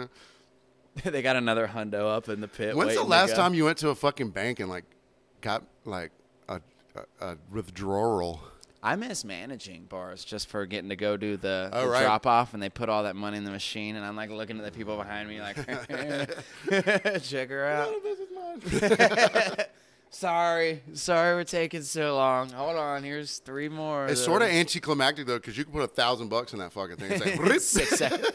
[SPEAKER 1] [LAUGHS] they got another hundo up in the pit.
[SPEAKER 2] When's the
[SPEAKER 1] waiting to
[SPEAKER 2] last
[SPEAKER 1] go.
[SPEAKER 2] time you went to a fucking bank and like got like a, a, a withdrawal?
[SPEAKER 1] I miss managing bars just for getting to go do the,
[SPEAKER 2] Oh,
[SPEAKER 1] the
[SPEAKER 2] right.
[SPEAKER 1] drop off, and they put all that money in the machine, and I'm like looking at the people behind me, like, [LAUGHS] check her out. [LAUGHS] Sorry, sorry, we're taking so long. Hold on, here's three more.
[SPEAKER 2] It's
[SPEAKER 1] those."
[SPEAKER 2] sort of anticlimactic though, because you can put a thousand bucks in that fucking thing.
[SPEAKER 1] [LAUGHS]
[SPEAKER 2] It's like [LAUGHS]
[SPEAKER 1] six seconds.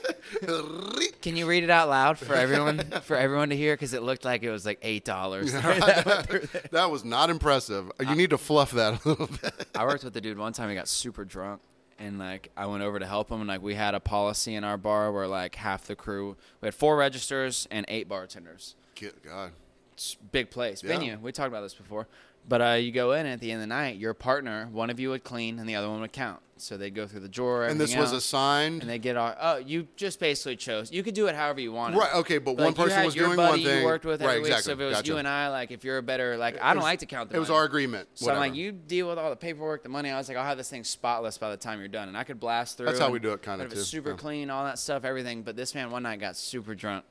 [SPEAKER 1] [LAUGHS] Can you read it out loud for everyone for everyone to hear? Because it looked like it was like eight
[SPEAKER 2] [LAUGHS]
[SPEAKER 1] dollars. [LAUGHS]
[SPEAKER 2] that was not impressive. You need to fluff that [LAUGHS] a little bit.
[SPEAKER 1] I worked with a dude one time. He got super drunk, and like I went over to help him, and like we had a policy in our bar where like half the crew we had four registers and eight bartenders.
[SPEAKER 2] Good God.
[SPEAKER 1] It's a big place
[SPEAKER 2] Yeah.
[SPEAKER 1] venue. We talked about this before, but uh, you go in and at the end of the night. Your partner, one of you would clean, and the other one would count. So they'd go through the drawer.
[SPEAKER 2] And this
[SPEAKER 1] everything
[SPEAKER 2] was
[SPEAKER 1] else,
[SPEAKER 2] assigned.
[SPEAKER 1] And they get all. Oh, you just basically chose. You could do it however you wanted.
[SPEAKER 2] Right, okay, but one
[SPEAKER 1] like, you
[SPEAKER 2] person
[SPEAKER 1] had
[SPEAKER 2] was
[SPEAKER 1] your
[SPEAKER 2] doing
[SPEAKER 1] buddy
[SPEAKER 2] one thing.
[SPEAKER 1] You worked with
[SPEAKER 2] Right,
[SPEAKER 1] every week.
[SPEAKER 2] exactly,
[SPEAKER 1] So if it was you
[SPEAKER 2] gotcha.
[SPEAKER 1] and I, like if you're a better, like I don't like to count the.
[SPEAKER 2] it was
[SPEAKER 1] money.
[SPEAKER 2] our agreement.
[SPEAKER 1] So I'm like,
[SPEAKER 2] whatever.
[SPEAKER 1] you deal with all the paperwork, the money. I was like, I'll have this thing spotless by the time you're done, and I could blast through.
[SPEAKER 2] That's how
[SPEAKER 1] and
[SPEAKER 2] we do it kinda,
[SPEAKER 1] have
[SPEAKER 2] too,
[SPEAKER 1] Super
[SPEAKER 2] yeah.
[SPEAKER 1] clean, all that stuff, everything. But this man one night got super drunk,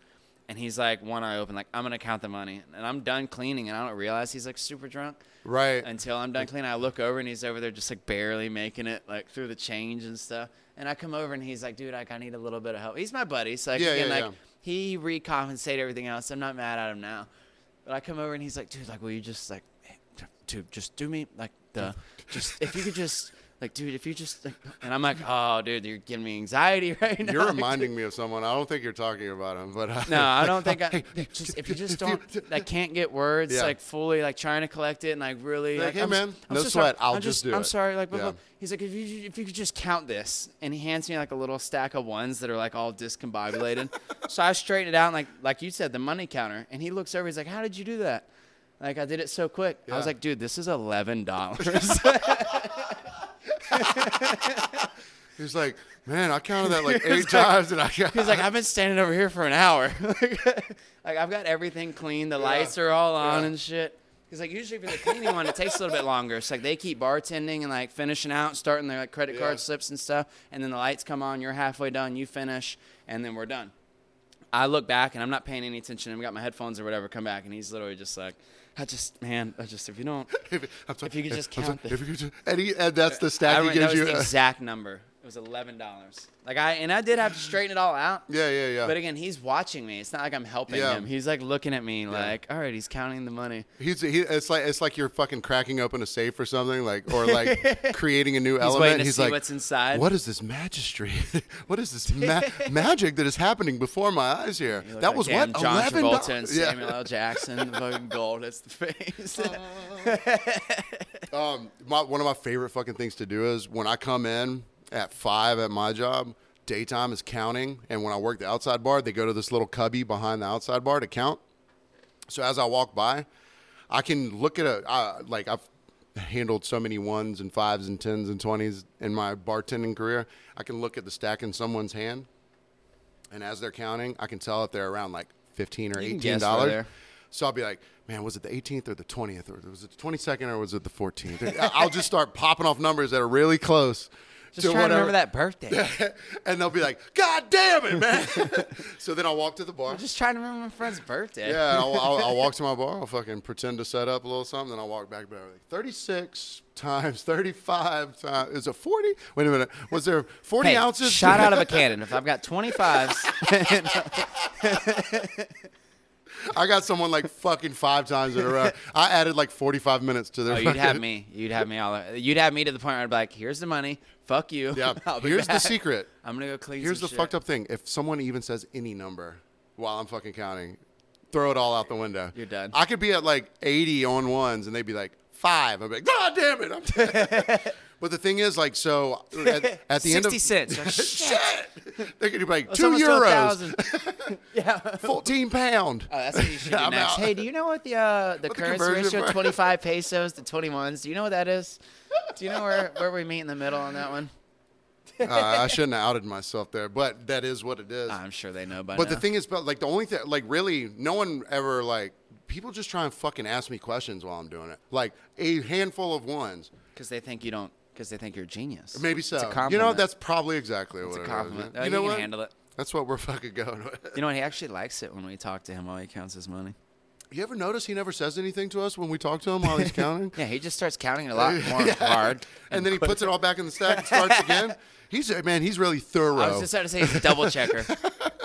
[SPEAKER 1] and he's like, one eye open, like I'm gonna count the money, and I'm done cleaning, and I don't realize he's like super drunk.
[SPEAKER 2] Right.
[SPEAKER 1] [LAUGHS] Until I'm done cleaning, I look over and he's over there just like barely making it, like through the change and stuff. And I come over and he's like, dude, like I need a little bit of help. He's my buddy, so like,
[SPEAKER 2] Yeah,
[SPEAKER 1] again,
[SPEAKER 2] yeah,
[SPEAKER 1] like
[SPEAKER 2] yeah.
[SPEAKER 1] he recompensated everything else. I'm not mad at him now. But I come over and he's like, dude, like, will you just like, hey, dude, just do me like the, just if you could just like, dude, if you just, like, and I'm like, oh, dude, you're giving me anxiety [LAUGHS] right now.
[SPEAKER 2] You're
[SPEAKER 1] Like,
[SPEAKER 2] reminding me of someone. I don't think you're talking about him, but [LAUGHS] I,
[SPEAKER 1] no, I don't think I. just, if you just don't,
[SPEAKER 2] [LAUGHS]
[SPEAKER 1] like, can't get words
[SPEAKER 2] Yeah.
[SPEAKER 1] like fully, like trying to collect it, and like really,
[SPEAKER 2] Like,
[SPEAKER 1] like,
[SPEAKER 2] "Hey,
[SPEAKER 1] I'm,
[SPEAKER 2] man,
[SPEAKER 1] I'm
[SPEAKER 2] no
[SPEAKER 1] so Sorry,
[SPEAKER 2] sweat, I'll
[SPEAKER 1] I'm
[SPEAKER 2] just do
[SPEAKER 1] I'm
[SPEAKER 2] it."
[SPEAKER 1] sorry, like, blah,
[SPEAKER 2] Yeah.
[SPEAKER 1] blah. he's like, if you if you could just count this, and he hands me like a little stack of ones that are like all discombobulated.
[SPEAKER 2] [LAUGHS]
[SPEAKER 1] so I straighten it out, and, like like you said, the money counter, and he looks over, he's like, how did you do that? Like I did it so quick. I was
[SPEAKER 2] Yeah.
[SPEAKER 1] like, dude, this is eleven dollars.
[SPEAKER 2] [LAUGHS] He's like, man, I counted that
[SPEAKER 1] [LAUGHS]
[SPEAKER 2] like eight times, and I got.
[SPEAKER 1] He's like, I've been standing over here for an hour. [LAUGHS] like, I've got everything clean. The lights are all on
[SPEAKER 2] Yeah.
[SPEAKER 1] and shit. He's like, usually for the cleaning one, it takes a little bit longer. It's like they keep bartending and like finishing out, starting their like credit
[SPEAKER 2] Yeah.
[SPEAKER 1] card slips and stuff, and then the lights come on. You're halfway done. You finish, and then we're done. I look back and I'm not paying any attention. I've got my headphones or whatever. Come back, and he's literally just like, I just, man, I just if you don't,
[SPEAKER 2] If, [LAUGHS] I'm sorry,
[SPEAKER 1] if you could just
[SPEAKER 2] I'm sorry,
[SPEAKER 1] count the-
[SPEAKER 2] if you could just, and, he, and that's the
[SPEAKER 1] I
[SPEAKER 2] [LAUGHS] stack he
[SPEAKER 1] remember that
[SPEAKER 2] gives
[SPEAKER 1] was
[SPEAKER 2] you.
[SPEAKER 1] the exact number. It was eleven dollars. Like I and I did have to straighten it all out.
[SPEAKER 2] [LAUGHS] yeah, yeah, yeah.
[SPEAKER 1] But again, he's watching me. It's not like I'm helping
[SPEAKER 2] Yeah.
[SPEAKER 1] him. He's like looking at me, like, all right, he's counting the money.
[SPEAKER 2] He's he, it's like it's like you're fucking cracking open a safe or something like
[SPEAKER 1] [LAUGHS]
[SPEAKER 2] or like creating a new element.
[SPEAKER 1] waiting to
[SPEAKER 2] He's
[SPEAKER 1] see
[SPEAKER 2] like,
[SPEAKER 1] what's inside.
[SPEAKER 2] What is this magistry? [LAUGHS] what is this ma-
[SPEAKER 1] [LAUGHS]
[SPEAKER 2] magic that is happening before my eyes here?
[SPEAKER 1] He looked
[SPEAKER 2] That
[SPEAKER 1] like
[SPEAKER 2] was
[SPEAKER 1] him,
[SPEAKER 2] what
[SPEAKER 1] John
[SPEAKER 2] eleven
[SPEAKER 1] Travolta and
[SPEAKER 2] dollars.
[SPEAKER 1] Samuel L. Jackson, the fucking gold. That's the face. [LAUGHS]
[SPEAKER 2] Um, my, one of my favorite fucking things to do is when I come in at five at my job. Daytime is counting, and when I work the outside bar, they go to this little cubby behind the outside bar to count. So as I walk by, I can look at a I, like I've handled so many ones and fives and tens and twenties in my bartending career. I can look at the stack in someone's hand, and as they're counting, I can tell if they're around like fifteen or
[SPEAKER 1] can
[SPEAKER 2] eighteen
[SPEAKER 1] guess right
[SPEAKER 2] dollars.
[SPEAKER 1] there.
[SPEAKER 2] So I'll be like, man, was it the eighteenth or the twentieth, or was it the twenty second, or was it the fourteenth? I'll just start popping off numbers that are really close.
[SPEAKER 1] Just trying to remember that birthday.
[SPEAKER 2] [LAUGHS] and they'll be like, "God damn it, man!" [LAUGHS] so then I'll walk to the bar.
[SPEAKER 1] Just trying to remember my friend's birthday.
[SPEAKER 2] Yeah, I'll, I'll, I'll walk to my bar. I'll fucking pretend to set up a little something. Then I'll walk back. But I'm like, 36 times 35 times is it 40? Wait a minute. Was there 40
[SPEAKER 1] Hey,
[SPEAKER 2] ounces?
[SPEAKER 1] shot out of
[SPEAKER 2] [LAUGHS]
[SPEAKER 1] a cannon. If I've got 25s,
[SPEAKER 2] I got someone like fucking five times in a row. I added like 45 minutes to their.
[SPEAKER 1] oh, you'd have
[SPEAKER 2] [LAUGHS] fucking-
[SPEAKER 1] me. You'd have me all. You'd have me to the point where I'd be like, "Here's the money. Fuck you.
[SPEAKER 2] Yeah.
[SPEAKER 1] [LAUGHS] I'll be
[SPEAKER 2] Here's the
[SPEAKER 1] back.
[SPEAKER 2] secret.
[SPEAKER 1] I'm gonna go clean.
[SPEAKER 2] Here's
[SPEAKER 1] some
[SPEAKER 2] the
[SPEAKER 1] shit.
[SPEAKER 2] fucked up thing. If someone even says any number while I'm fucking counting, throw it all out the window.
[SPEAKER 1] You're done.
[SPEAKER 2] I could be at like 80 on ones and they'd be like, five. I'd be like, God damn it. I'm
[SPEAKER 1] [LAUGHS]
[SPEAKER 2] but the thing is, like, so at, at the end of.
[SPEAKER 1] 60
[SPEAKER 2] [LAUGHS]
[SPEAKER 1] cents. Like, shit.
[SPEAKER 2] They could be like,
[SPEAKER 1] It's
[SPEAKER 2] two
[SPEAKER 1] almost to a
[SPEAKER 2] euros,
[SPEAKER 1] thousand. [LAUGHS] yeah.
[SPEAKER 2] 14 pound.
[SPEAKER 1] Oh, that's what
[SPEAKER 2] [LAUGHS]
[SPEAKER 1] you should do
[SPEAKER 2] I'm
[SPEAKER 1] next.
[SPEAKER 2] out.
[SPEAKER 1] Hey, do you know what the
[SPEAKER 2] [LAUGHS]
[SPEAKER 1] uh, the currency
[SPEAKER 2] conversion
[SPEAKER 1] ratio
[SPEAKER 2] for-
[SPEAKER 1] 25 pesos to 21s? Do you know what that is? Do you know where,
[SPEAKER 2] [LAUGHS]
[SPEAKER 1] where we meet in the middle on that one?
[SPEAKER 2] Uh, I shouldn't have outed myself there, but that is what it is.
[SPEAKER 1] I'm sure they know by
[SPEAKER 2] But
[SPEAKER 1] now.
[SPEAKER 2] the thing is, but like the only thing, like really, no one ever like people just try and fucking ask me questions while I'm doing it. Like a handful of ones,
[SPEAKER 1] because they think you don't, because they think you're a genius.
[SPEAKER 2] maybe so.
[SPEAKER 1] It's a compliment.
[SPEAKER 2] you know, that's probably exactly what
[SPEAKER 1] a
[SPEAKER 2] it is,
[SPEAKER 1] compliment.
[SPEAKER 2] man.
[SPEAKER 1] Uh,
[SPEAKER 2] you
[SPEAKER 1] you
[SPEAKER 2] know
[SPEAKER 1] can
[SPEAKER 2] what?
[SPEAKER 1] handle it.
[SPEAKER 2] That's what we're [LAUGHS] fucking going with.
[SPEAKER 1] You know what? He actually likes it when we talk to him while he counts his money.
[SPEAKER 2] You ever notice he never says anything to us when we talk to him while he's counting?
[SPEAKER 1] [LAUGHS] Yeah, he just starts counting a
[SPEAKER 2] [LAUGHS]
[SPEAKER 1] lot more hard.
[SPEAKER 2] And then he puts it all back in the stack and
[SPEAKER 1] [LAUGHS]
[SPEAKER 2] starts again. He's man, he's really thorough.
[SPEAKER 1] I was just about to say he's a double
[SPEAKER 2] [LAUGHS]
[SPEAKER 1] checker.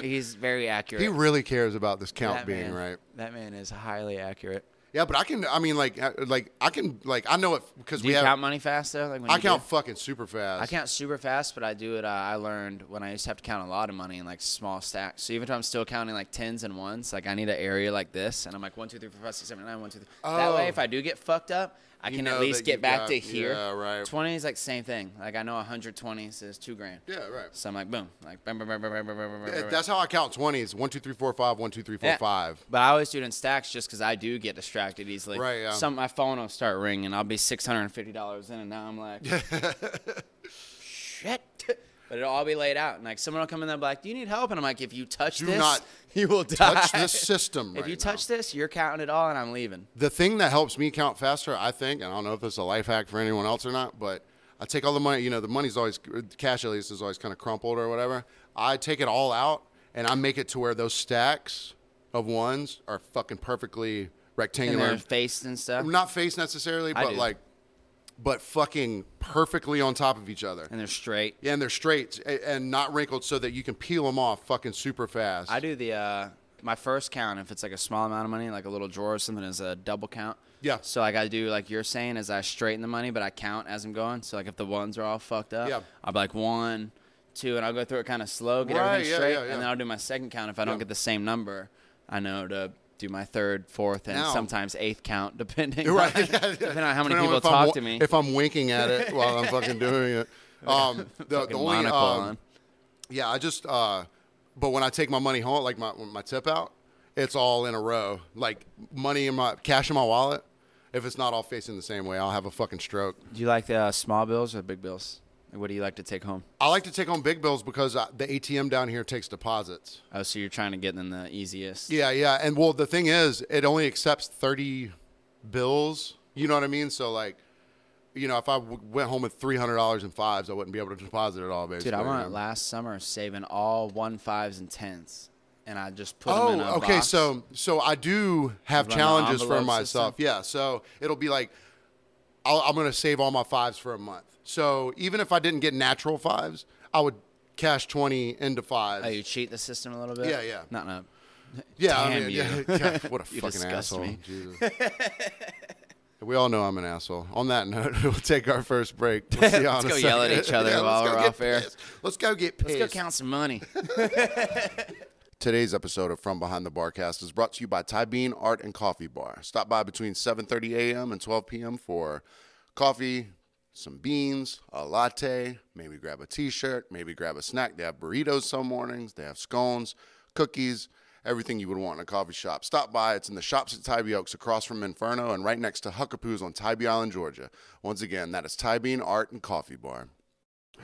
[SPEAKER 1] he's very accurate.
[SPEAKER 2] he really cares about this count
[SPEAKER 1] That
[SPEAKER 2] being
[SPEAKER 1] man-
[SPEAKER 2] right.
[SPEAKER 1] That man is highly accurate.
[SPEAKER 2] Yeah, but I can. I mean, like, I- like I can, like I know it because
[SPEAKER 1] Do
[SPEAKER 2] we
[SPEAKER 1] you
[SPEAKER 2] have.
[SPEAKER 1] count money fast though? Like when
[SPEAKER 2] I
[SPEAKER 1] you do?
[SPEAKER 2] count fucking super fast.
[SPEAKER 1] I count super fast, but I do it. Uh, I learned when I used to have to count a lot of money in like small stacks. So even though I'm still counting like tens and ones, like I need an area like this, and I'm like one, two, three, four, five, six, seven, eight, nine, one, two, three. That
[SPEAKER 2] Oh.
[SPEAKER 1] way, if I do get fucked up, I
[SPEAKER 2] You
[SPEAKER 1] can at
[SPEAKER 2] know that
[SPEAKER 1] least
[SPEAKER 2] you've
[SPEAKER 1] get back
[SPEAKER 2] got-
[SPEAKER 1] to here.
[SPEAKER 2] yeah, right.
[SPEAKER 1] Twenty is like same thing. Like I know 120 is two grand.
[SPEAKER 2] Yeah, right.
[SPEAKER 1] So I'm like boom, like bam, bam, bam, bam, bam, bam, bam, bam,
[SPEAKER 2] Uh,
[SPEAKER 1] bam.
[SPEAKER 2] That's how I count twenties. One, two, three, four, five. One, two, three, four,
[SPEAKER 1] Yeah. [LAUGHS]
[SPEAKER 2] five.
[SPEAKER 1] But I always do it in stacks just because I do get distracted easily.
[SPEAKER 2] Right, yeah.
[SPEAKER 1] Some my phone will start ringing. I'll be six hundred and fifty dollars in, and now I'm like,
[SPEAKER 2] [LAUGHS]
[SPEAKER 1] shit. But it'll all be laid out, and like someone will come in there, and be like, "Do you need help?" And I'm like, "If you touch
[SPEAKER 2] Do
[SPEAKER 1] this,
[SPEAKER 2] not
[SPEAKER 1] [LAUGHS] you will die."
[SPEAKER 2] Touch this system.
[SPEAKER 1] if
[SPEAKER 2] right
[SPEAKER 1] you
[SPEAKER 2] now.
[SPEAKER 1] touch this, you're counting it all, and I'm leaving.
[SPEAKER 2] the thing that helps me count faster, I think, and I don't know if it's a life hack for anyone else or not, but I take all the money. You know, the money's always cash at least is always kind of crumpled or whatever. I take it all out and I make it to where those stacks of ones are fucking perfectly
[SPEAKER 1] And
[SPEAKER 2] rectangular.
[SPEAKER 1] they're faced and stuff,
[SPEAKER 2] Not face necessarily,
[SPEAKER 1] I
[SPEAKER 2] but
[SPEAKER 1] do.
[SPEAKER 2] like, but fucking perfectly on top of each other.
[SPEAKER 1] and they're straight.
[SPEAKER 2] Yeah, and they're straight a- and not wrinkled so that you can peel them off fucking super fast.
[SPEAKER 1] I do the uh, my first count if it's like a small amount of money, like a little drawer or something, is a double count.
[SPEAKER 2] Yeah.
[SPEAKER 1] So like I do like you're saying is I straighten the money, but I count as I'm going. So like if the ones are all fucked up,
[SPEAKER 2] Yeah.
[SPEAKER 1] I'll be like one, two, and I'll go through it kind of slow, get
[SPEAKER 2] Right,
[SPEAKER 1] everything
[SPEAKER 2] yeah,
[SPEAKER 1] straight,
[SPEAKER 2] yeah, yeah.
[SPEAKER 1] and then I'll do my second count. If I don't
[SPEAKER 2] Yeah.
[SPEAKER 1] get the same number, I know to do my third, fourth, and
[SPEAKER 2] Now-
[SPEAKER 1] sometimes eighth count, [LAUGHS] depending
[SPEAKER 2] [LAUGHS] Right.
[SPEAKER 1] on, depending on how many
[SPEAKER 2] Depending on
[SPEAKER 1] people
[SPEAKER 2] if I'm
[SPEAKER 1] talk
[SPEAKER 2] wa-
[SPEAKER 1] to me.
[SPEAKER 2] If I'm winking at it while I'm fucking
[SPEAKER 1] [LAUGHS]
[SPEAKER 2] doing it. Um, the, the
[SPEAKER 1] Fucking
[SPEAKER 2] only,
[SPEAKER 1] monocle
[SPEAKER 2] um,
[SPEAKER 1] on.
[SPEAKER 2] yeah, I just, uh, but when I take my money home, like my, my tip out, it's all in a row. Like money in my, cash in my wallet. If it's not all facing the same way, I'll have a fucking stroke.
[SPEAKER 1] Do you like the uh, small bills or big bills? What do you like to take home?
[SPEAKER 2] I like to take on big bills because I, the ATM down here takes deposits.
[SPEAKER 1] Oh, so you're trying to get in the easiest.
[SPEAKER 2] Yeah, yeah. And well, the thing is, it only accepts 30 bills. You know what I mean? So, like, you know, if I w- went home with $300 in fives, I wouldn't be able to deposit it all, basically.
[SPEAKER 1] Dude, I
[SPEAKER 2] you
[SPEAKER 1] went
[SPEAKER 2] know?
[SPEAKER 1] last summer saving all one fives and tens, and I just put them in a
[SPEAKER 2] Oh, okay.
[SPEAKER 1] box.
[SPEAKER 2] So, so I do have
[SPEAKER 1] Run the
[SPEAKER 2] challenges for
[SPEAKER 1] envelope
[SPEAKER 2] myself.
[SPEAKER 1] system?
[SPEAKER 2] Yeah. So it'll be like, I'll, I'm going to save all my fives for a month. So even if I didn't get natural fives, I would cash 20 into fives.
[SPEAKER 1] oh, you cheat the system a little bit.
[SPEAKER 2] Yeah, yeah.
[SPEAKER 1] Not no.
[SPEAKER 2] Yeah, I
[SPEAKER 1] Damn
[SPEAKER 2] mean,
[SPEAKER 1] you.
[SPEAKER 2] [LAUGHS] yeah,
[SPEAKER 1] [LAUGHS]
[SPEAKER 2] yeah, What a
[SPEAKER 1] You
[SPEAKER 2] fucking
[SPEAKER 1] disgust
[SPEAKER 2] asshole.
[SPEAKER 1] me.
[SPEAKER 2] Jesus. we all know I'm an asshole. On that [LAUGHS] note, we'll take our first break.
[SPEAKER 1] [LAUGHS]
[SPEAKER 2] We'll see y'all
[SPEAKER 1] Let's
[SPEAKER 2] in a
[SPEAKER 1] go yell at
[SPEAKER 2] second.
[SPEAKER 1] each other
[SPEAKER 2] [LAUGHS] Yeah, let's
[SPEAKER 1] while
[SPEAKER 2] go
[SPEAKER 1] we're
[SPEAKER 2] get
[SPEAKER 1] off air.
[SPEAKER 2] pissed. Let's go get pissed.
[SPEAKER 1] Let's go count some
[SPEAKER 2] [LAUGHS]
[SPEAKER 1] money.
[SPEAKER 2] Today's episode of From Behind the Barcast is brought to you by Ty Bean Art and Coffee Bar. Stop by between 7:30 a.m. and 12 p.m. for coffee, some beans, a latte, maybe grab a t-shirt, maybe grab a snack. They have burritos some mornings, they have scones, cookies, everything you would want in a coffee shop. Stop by. It's in the shops at Tybee Oaks across from Inferno and right next to Huckapoo's on Tybee Island, Georgia. Once again, that is Ty Bean Art and Coffee Bar.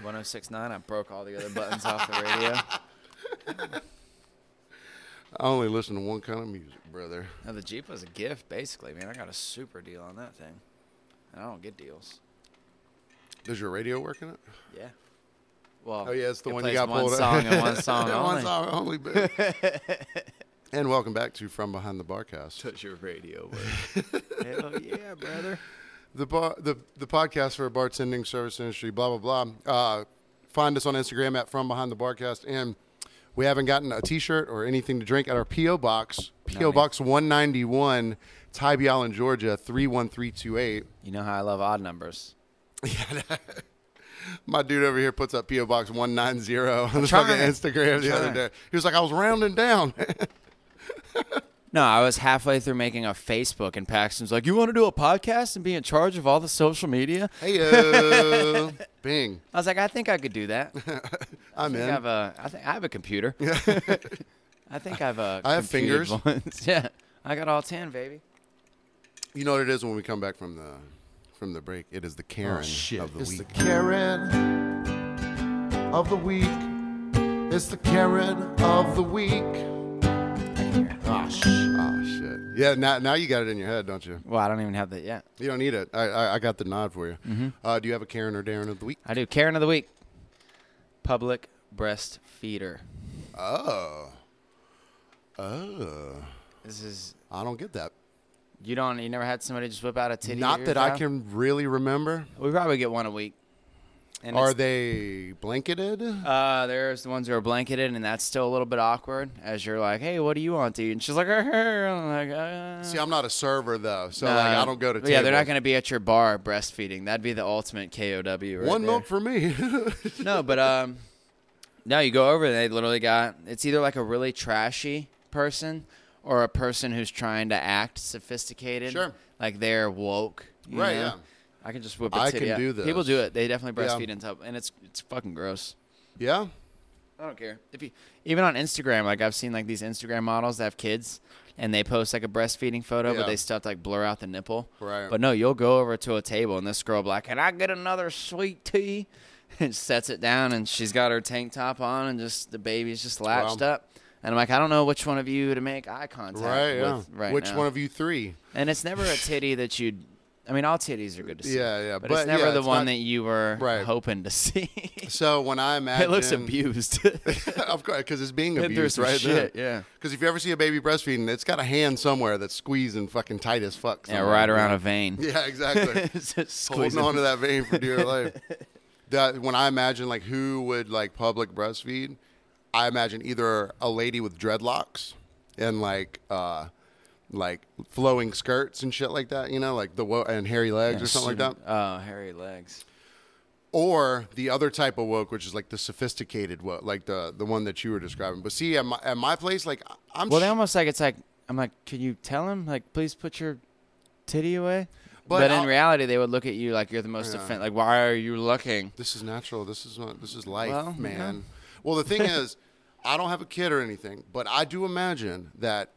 [SPEAKER 1] 1069. I broke all the other buttons off the radio.
[SPEAKER 2] [LAUGHS] I only listen to one kind of music, brother.
[SPEAKER 1] Now, the Jeep was a gift, basically, man. I got a super deal on that thing, and I don't get deals.
[SPEAKER 2] Does your radio work in it?
[SPEAKER 1] Yeah. Well,
[SPEAKER 2] Oh, yeah, it's the
[SPEAKER 1] it
[SPEAKER 2] one you
[SPEAKER 1] plays
[SPEAKER 2] got
[SPEAKER 1] one
[SPEAKER 2] pulled up.
[SPEAKER 1] song and
[SPEAKER 2] [LAUGHS]
[SPEAKER 1] one [LAUGHS] song
[SPEAKER 2] That
[SPEAKER 1] only.
[SPEAKER 2] one's
[SPEAKER 1] [LAUGHS]
[SPEAKER 2] our only bit. and welcome back to From Behind the Barcast,
[SPEAKER 4] Touch your radio. Bro.
[SPEAKER 1] [LAUGHS] Hell yeah, brother.
[SPEAKER 2] the bar, the the podcast for bartending service industry. Blah blah blah. Uh, find us on Instagram at From Behind the Barcast, and we haven't gotten a T-shirt or anything to drink at our PO box, PO
[SPEAKER 1] yet.
[SPEAKER 2] Box 191, Tybee Island, Georgia 31328.
[SPEAKER 1] You know how I love odd numbers.
[SPEAKER 2] My dude over here puts up PO Box 190 on the fucking
[SPEAKER 1] trying.
[SPEAKER 2] Instagram the other
[SPEAKER 1] trying.
[SPEAKER 2] day. He was like, I was rounding down.
[SPEAKER 1] [LAUGHS] No, I was halfway through making a Facebook, and Paxton's like, "You want to do a podcast and be in charge of all the social media?"
[SPEAKER 2] hey, uh, Bing.
[SPEAKER 1] I was like, "I think I could do that. I
[SPEAKER 2] I'm
[SPEAKER 1] think I
[SPEAKER 2] in.
[SPEAKER 1] have a, I think I have a
[SPEAKER 2] [LAUGHS]
[SPEAKER 1] computer. I think I have a.
[SPEAKER 2] I have
[SPEAKER 1] computer
[SPEAKER 2] fingers.
[SPEAKER 1] voice." [LAUGHS] yeah, I got all ten, baby.
[SPEAKER 2] You know what it is when we come back from the from the break? It is the Karen
[SPEAKER 4] shit.
[SPEAKER 2] of the
[SPEAKER 3] Oh, It's the
[SPEAKER 2] week.
[SPEAKER 3] Karen of the week. It's the Karen of the week. Ah, sh-
[SPEAKER 2] oh shit! Yeah, now now you got it in your head, don't you?
[SPEAKER 1] Well, I don't even have that yet.
[SPEAKER 2] You don't need it. I I, I got the nod for you.
[SPEAKER 3] Mm-hmm.
[SPEAKER 2] Uh, do you have a Karen or Darren of the week?
[SPEAKER 1] I do. Karen of the week. Public breastfeeder.
[SPEAKER 2] Oh, oh,
[SPEAKER 1] This is
[SPEAKER 2] I don't get that.
[SPEAKER 1] you don't. You never had somebody just whip out a titty.
[SPEAKER 2] Not
[SPEAKER 1] at your
[SPEAKER 2] that I
[SPEAKER 1] job?
[SPEAKER 2] can really remember.
[SPEAKER 1] We probably get one a week. And
[SPEAKER 2] Are
[SPEAKER 1] it's-
[SPEAKER 2] they blanketed?
[SPEAKER 1] Uh, there's the ones who are blanketed, and that's still a little bit awkward as you're like, "Hey, what do you want to eat?" And she's like, [LAUGHS] "Arr." "I'm like, uh,
[SPEAKER 2] See, I'm not a server though, so
[SPEAKER 1] uh,
[SPEAKER 2] like I don't go to.
[SPEAKER 1] but Yeah, they're not
[SPEAKER 2] tables.
[SPEAKER 1] going to be at your bar breastfeeding. That'd be the ultimate KOW. Right
[SPEAKER 2] One
[SPEAKER 1] there.
[SPEAKER 2] milk for me. [LAUGHS]
[SPEAKER 1] no, but um, no, you go over. They literally got it's either like a really trashy person or a person who's trying to act sophisticated.
[SPEAKER 2] Sure.
[SPEAKER 1] like they're woke. you
[SPEAKER 2] Right,
[SPEAKER 1] know?
[SPEAKER 2] yeah.
[SPEAKER 1] I can just whip a
[SPEAKER 2] I
[SPEAKER 1] titty
[SPEAKER 2] can
[SPEAKER 1] out.
[SPEAKER 2] do
[SPEAKER 1] People
[SPEAKER 2] this.
[SPEAKER 1] do it. They definitely
[SPEAKER 2] Yeah.
[SPEAKER 1] breastfeed and tub, and it's it's fucking gross.
[SPEAKER 2] yeah.
[SPEAKER 1] I don't care. If you even on Instagram, like I've seen like these Instagram models that have kids and they post like a breastfeeding photo,
[SPEAKER 2] Yeah.
[SPEAKER 1] but they still have to like blur out the nipple.
[SPEAKER 2] Right.
[SPEAKER 1] But no, you'll go over to a table and this girl will be like, Can I get another sweet tea? [LAUGHS] And sets it down and she's got her tank top on and just the baby's just latched
[SPEAKER 2] Wow.
[SPEAKER 1] up. And I'm like, I don't know which one of you to make eye contact
[SPEAKER 2] Right. Yeah.
[SPEAKER 1] with right
[SPEAKER 2] Which
[SPEAKER 1] now.
[SPEAKER 2] one of you three?
[SPEAKER 1] and it's never a titty that you'd I mean, all titties are good to see.
[SPEAKER 2] Yeah, yeah,
[SPEAKER 1] But,
[SPEAKER 2] but
[SPEAKER 1] it's never
[SPEAKER 2] yeah,
[SPEAKER 1] the
[SPEAKER 2] it's
[SPEAKER 1] one
[SPEAKER 2] not-
[SPEAKER 1] that you were
[SPEAKER 2] Right.
[SPEAKER 1] hoping to see. [LAUGHS]
[SPEAKER 2] [LAUGHS] So when I imagine
[SPEAKER 1] it looks
[SPEAKER 2] [LAUGHS]
[SPEAKER 1] abused. [LAUGHS]
[SPEAKER 2] of course, because it's being
[SPEAKER 1] Been through
[SPEAKER 2] abused
[SPEAKER 1] some
[SPEAKER 2] right
[SPEAKER 1] shit,
[SPEAKER 2] there.
[SPEAKER 1] yeah.
[SPEAKER 2] Because if you ever see a baby breastfeeding, it's got a hand somewhere that's squeezing fucking tight as fuck.
[SPEAKER 1] yeah,
[SPEAKER 2] somewhere.
[SPEAKER 1] right around a vein.
[SPEAKER 2] [LAUGHS] Yeah,
[SPEAKER 1] [LAUGHS]
[SPEAKER 2] exactly. Holding on to that vein for dear life. That when I imagine like who would like public breastfeed, I imagine either a lady with dreadlocks and like uh like flowing skirts and shit like that, you know, like the wo- and hairy legs or something like that.
[SPEAKER 1] Oh, hairy legs.
[SPEAKER 2] or the other type of woke, which is like the sophisticated woke, like the the one that you were describing. But see, at my, at my place, like I'm
[SPEAKER 1] Well,
[SPEAKER 2] sh-
[SPEAKER 1] they almost like it's like I'm like, can you tell him like, please put your titty away?
[SPEAKER 2] But
[SPEAKER 1] But, in
[SPEAKER 2] I'll-
[SPEAKER 1] reality, they would look at you like you're the most offend. Like, why are you looking?
[SPEAKER 2] this is natural. This is not. This is life,
[SPEAKER 1] Well, yeah.
[SPEAKER 2] man.
[SPEAKER 1] [LAUGHS]
[SPEAKER 2] Well, the thing is, I don't have a kid or anything, but I do imagine that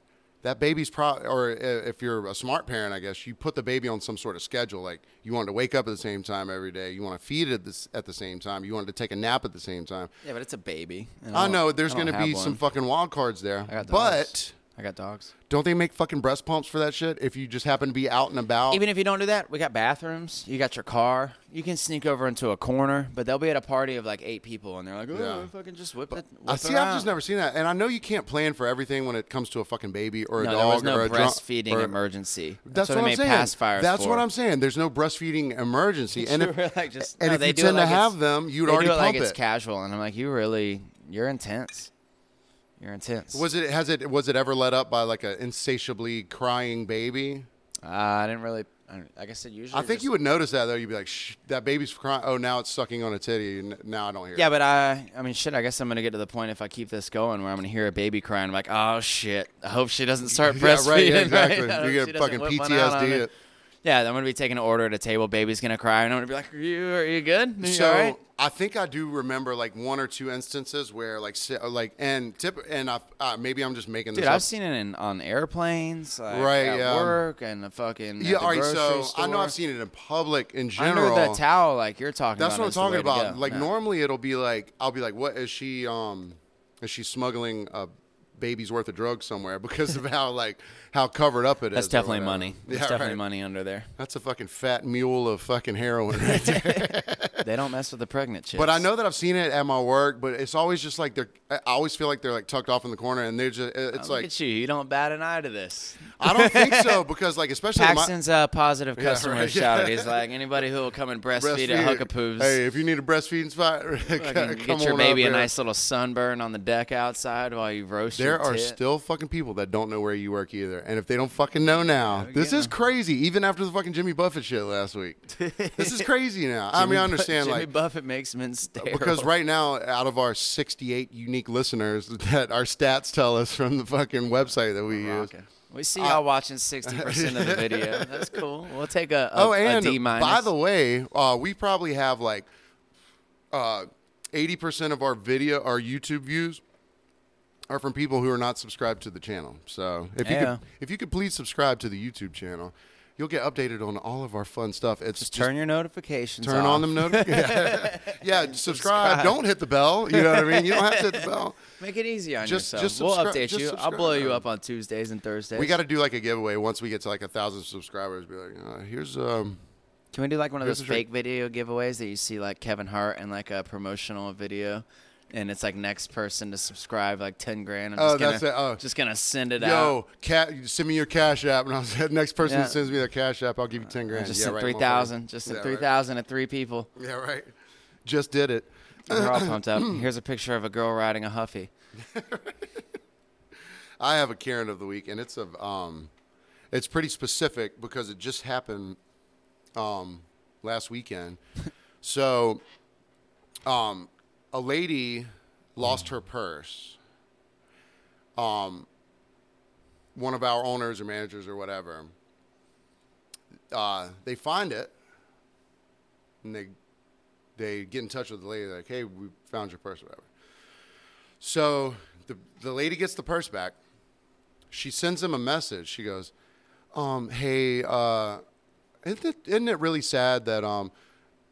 [SPEAKER 2] that baby's pro or i- if you're a smart parent, I guess you put the baby on some sort of schedule. Like you want it to wake up at the same time every day. You want to feed it at the, s- at the same time. You want it to take a nap at the same time.
[SPEAKER 1] Yeah, but it's a baby. and
[SPEAKER 2] I
[SPEAKER 1] don't-
[SPEAKER 2] know there's
[SPEAKER 1] don't
[SPEAKER 2] going to
[SPEAKER 1] have
[SPEAKER 2] be
[SPEAKER 1] one.
[SPEAKER 2] some fucking wild cards there,
[SPEAKER 1] I got dogs.
[SPEAKER 2] but.
[SPEAKER 1] I got dogs.
[SPEAKER 2] Don't they make fucking breast pumps for that shit? If you just happen to be out and about,
[SPEAKER 1] Even if you don't do that, we got bathrooms. You got your car. You can sneak over into a corner, but they'll be at a party of like eight people, and they're like, "Oh,
[SPEAKER 2] Yeah.
[SPEAKER 1] fucking just whip it."
[SPEAKER 2] I
[SPEAKER 1] whip
[SPEAKER 2] Uh, see.
[SPEAKER 1] her
[SPEAKER 2] I've just
[SPEAKER 1] out."
[SPEAKER 2] never seen that, and I know you can't plan for everything when it comes to a fucking baby or a
[SPEAKER 1] No,
[SPEAKER 2] dog
[SPEAKER 1] there was
[SPEAKER 2] or
[SPEAKER 1] no
[SPEAKER 2] a drunk-
[SPEAKER 1] breastfeeding
[SPEAKER 2] or-
[SPEAKER 1] emergency.
[SPEAKER 2] That's,
[SPEAKER 1] what, they
[SPEAKER 2] what I'm
[SPEAKER 1] made
[SPEAKER 2] saying.
[SPEAKER 1] pacifiers
[SPEAKER 2] That's
[SPEAKER 1] for.
[SPEAKER 2] what I'm saying. There's no
[SPEAKER 1] [LAUGHS]
[SPEAKER 2] breastfeeding emergency, and
[SPEAKER 1] and
[SPEAKER 2] if,
[SPEAKER 1] if, like just,
[SPEAKER 2] and
[SPEAKER 1] no,
[SPEAKER 2] if
[SPEAKER 1] they
[SPEAKER 2] you
[SPEAKER 1] do
[SPEAKER 2] tend
[SPEAKER 1] it like
[SPEAKER 2] to have
[SPEAKER 1] it's-
[SPEAKER 2] them, you'd
[SPEAKER 1] they
[SPEAKER 2] already
[SPEAKER 1] do it like
[SPEAKER 2] pump
[SPEAKER 1] it's
[SPEAKER 2] it.
[SPEAKER 1] casual, and I'm like, you really, you're intense. You're intense.
[SPEAKER 2] was it has it was it ever let up by like an insatiably crying baby?
[SPEAKER 1] uh, I didn't really. I, don't- like I said, usually.
[SPEAKER 2] I think
[SPEAKER 1] just-
[SPEAKER 2] you would notice that though. You'd be like, Shh, "That baby's crying. Oh, now it's sucking on a titty. N- Now I don't hear."
[SPEAKER 1] Yeah,
[SPEAKER 2] it.
[SPEAKER 1] but I. I mean, shit. I guess I'm gonna get to the point if I keep this going where I'm gonna hear a baby crying. I'm like, oh shit. I hope she doesn't start breastfeeding. [LAUGHS]
[SPEAKER 2] [LAUGHS] yeah, right, yeah,
[SPEAKER 1] right?
[SPEAKER 2] exactly.
[SPEAKER 1] I hope
[SPEAKER 2] You get
[SPEAKER 1] she doesn't
[SPEAKER 2] fucking
[SPEAKER 1] whip one out on
[SPEAKER 2] PTSD
[SPEAKER 1] me.
[SPEAKER 2] it.
[SPEAKER 1] Yeah, I'm gonna be taking an order at a table. Baby's gonna cry, and I'm gonna be like, are you, are you good? Are you
[SPEAKER 2] So
[SPEAKER 1] all right?
[SPEAKER 2] I think I do remember like one or two instances where like si- like and tip and I uh, maybe I'm just making this
[SPEAKER 1] Dude,
[SPEAKER 2] up.
[SPEAKER 1] I've seen it in, on airplanes, like,
[SPEAKER 2] Right,
[SPEAKER 1] at
[SPEAKER 2] yeah.
[SPEAKER 1] work, and the fucking at
[SPEAKER 2] yeah,
[SPEAKER 1] the
[SPEAKER 2] all right.
[SPEAKER 1] grocery
[SPEAKER 2] So I know
[SPEAKER 1] store.
[SPEAKER 2] I've seen it in public in general.
[SPEAKER 1] under the towel, like you're talking.
[SPEAKER 2] That's
[SPEAKER 1] about
[SPEAKER 2] what I'm
[SPEAKER 1] is the way
[SPEAKER 2] talking
[SPEAKER 1] to
[SPEAKER 2] about.
[SPEAKER 1] go.
[SPEAKER 2] Like
[SPEAKER 1] No.
[SPEAKER 2] normally it'll be like I'll be like, what is she? Um, is she smuggling a baby's worth of drugs somewhere [LAUGHS] because of how like how covered up it is.
[SPEAKER 1] That's
[SPEAKER 2] or
[SPEAKER 1] definitely
[SPEAKER 2] whatever.
[SPEAKER 1] money. That's
[SPEAKER 2] Yeah,
[SPEAKER 1] definitely
[SPEAKER 2] right.
[SPEAKER 1] money under
[SPEAKER 2] [LAUGHS]
[SPEAKER 1] there.
[SPEAKER 2] That's a fucking fat mule of
[SPEAKER 1] [LAUGHS]
[SPEAKER 2] fucking heroin right there.
[SPEAKER 1] They don't mess with the pregnant chicks.
[SPEAKER 2] But I know that I've seen it at my work, but it's always just like they're. I always feel like they're like tucked off in the corner, and they're just. It's
[SPEAKER 1] Oh, Look
[SPEAKER 2] like
[SPEAKER 1] at you. You don't bat an eye to this.
[SPEAKER 2] I don't think
[SPEAKER 1] [LAUGHS]
[SPEAKER 2] so because like especially my-
[SPEAKER 1] Paxton's uh, positive
[SPEAKER 2] [LAUGHS] Yeah,
[SPEAKER 1] customer
[SPEAKER 2] right.
[SPEAKER 1] shouted. He's like, anybody who will come and breastfeed,
[SPEAKER 2] breastfeed-
[SPEAKER 1] at Huckapoo's,
[SPEAKER 2] Hey, if you need a breastfeeding spot, [LAUGHS]
[SPEAKER 1] fucking
[SPEAKER 2] come
[SPEAKER 1] get your
[SPEAKER 2] on
[SPEAKER 1] baby
[SPEAKER 2] up
[SPEAKER 1] a
[SPEAKER 2] here.
[SPEAKER 1] nice little sunburn on the deck outside while you roast
[SPEAKER 2] There
[SPEAKER 1] your
[SPEAKER 2] are
[SPEAKER 1] tit.
[SPEAKER 2] still fucking people that don't know where you work either, and if they don't fucking know now, this
[SPEAKER 1] getting
[SPEAKER 2] is crazy. Even after the fucking Jimmy Buffett shit
[SPEAKER 1] [LAUGHS]
[SPEAKER 2] last week, this is crazy now. I mean, I understand
[SPEAKER 1] Jimmy
[SPEAKER 2] like
[SPEAKER 1] Buffett makes men sterile.
[SPEAKER 2] Because right now, out of our 68 unique listeners, [LAUGHS] that our stats tell us from the fucking website that we use.
[SPEAKER 1] Rocking. We see y'all watching
[SPEAKER 2] [LAUGHS]
[SPEAKER 1] sixty percent of the video. That's cool. We'll take a, a
[SPEAKER 2] Oh,
[SPEAKER 1] a
[SPEAKER 2] and
[SPEAKER 1] D minus.
[SPEAKER 2] by the way, uh, we probably have like uh, 80% of our video, our YouTube views, are from people who are not subscribed to the channel. So if you
[SPEAKER 1] Yeah.
[SPEAKER 2] could, if you could please subscribe to the YouTube channel, you'll get updated on all of our fun stuff. It's just,
[SPEAKER 1] turn your notifications.
[SPEAKER 2] Turn
[SPEAKER 1] off.
[SPEAKER 2] on
[SPEAKER 1] [LAUGHS]
[SPEAKER 2] them notifications. yeah, Yeah, subscribe. Don't hit the bell. You know what I mean? You don't have to hit
[SPEAKER 1] [LAUGHS]
[SPEAKER 2] the bell.
[SPEAKER 1] Make it easy on
[SPEAKER 2] Just-
[SPEAKER 1] yourself.
[SPEAKER 2] just
[SPEAKER 1] we'll
[SPEAKER 2] subscri-
[SPEAKER 1] update
[SPEAKER 2] just
[SPEAKER 1] you. I'll
[SPEAKER 2] subscribe.
[SPEAKER 1] blow you up on Tuesdays and Thursdays.
[SPEAKER 2] We got to do like a giveaway once we get to like a thousand subscribers. Be like, uh, here's um,
[SPEAKER 1] Can we do like one of
[SPEAKER 2] Here's
[SPEAKER 1] those
[SPEAKER 2] the
[SPEAKER 1] fake
[SPEAKER 2] drink.
[SPEAKER 1] video giveaways that you see like Kevin Hart and like a promotional video? And it's like next person to subscribe like ten grand. I'm just
[SPEAKER 2] Oh,
[SPEAKER 1] gonna,
[SPEAKER 2] that's it. Oh.
[SPEAKER 1] just gonna send it out.
[SPEAKER 2] yo, cat, send me your cash app, [LAUGHS] and I was the next person
[SPEAKER 1] Yeah.
[SPEAKER 2] that sends me their cash app, I'll give you ten grand.
[SPEAKER 1] Just
[SPEAKER 2] yeah,
[SPEAKER 1] sent
[SPEAKER 2] right,
[SPEAKER 1] three
[SPEAKER 2] motherfucker.
[SPEAKER 1] thousand. Just sent
[SPEAKER 2] Yeah,
[SPEAKER 1] three
[SPEAKER 2] right.
[SPEAKER 1] thousand to three people.
[SPEAKER 2] Yeah, right. Just did it.
[SPEAKER 1] And They're all pumped
[SPEAKER 2] [CLEARS THROAT]
[SPEAKER 1] up. Here's a picture of a girl riding a huffy.
[SPEAKER 2] I have a Karen of the week, and it's a um, it's pretty specific because it just happened um last weekend. so, um, a lady lost her purse. Um, one of our owners or managers or whatever. Uh, they find it, and they they get in touch with the lady like, "Hey, we found your purse, or whatever." So the, the lady gets the purse back. She sends him a message. She goes, um, "Hey, uh, isn't it, isn't it really sad that um,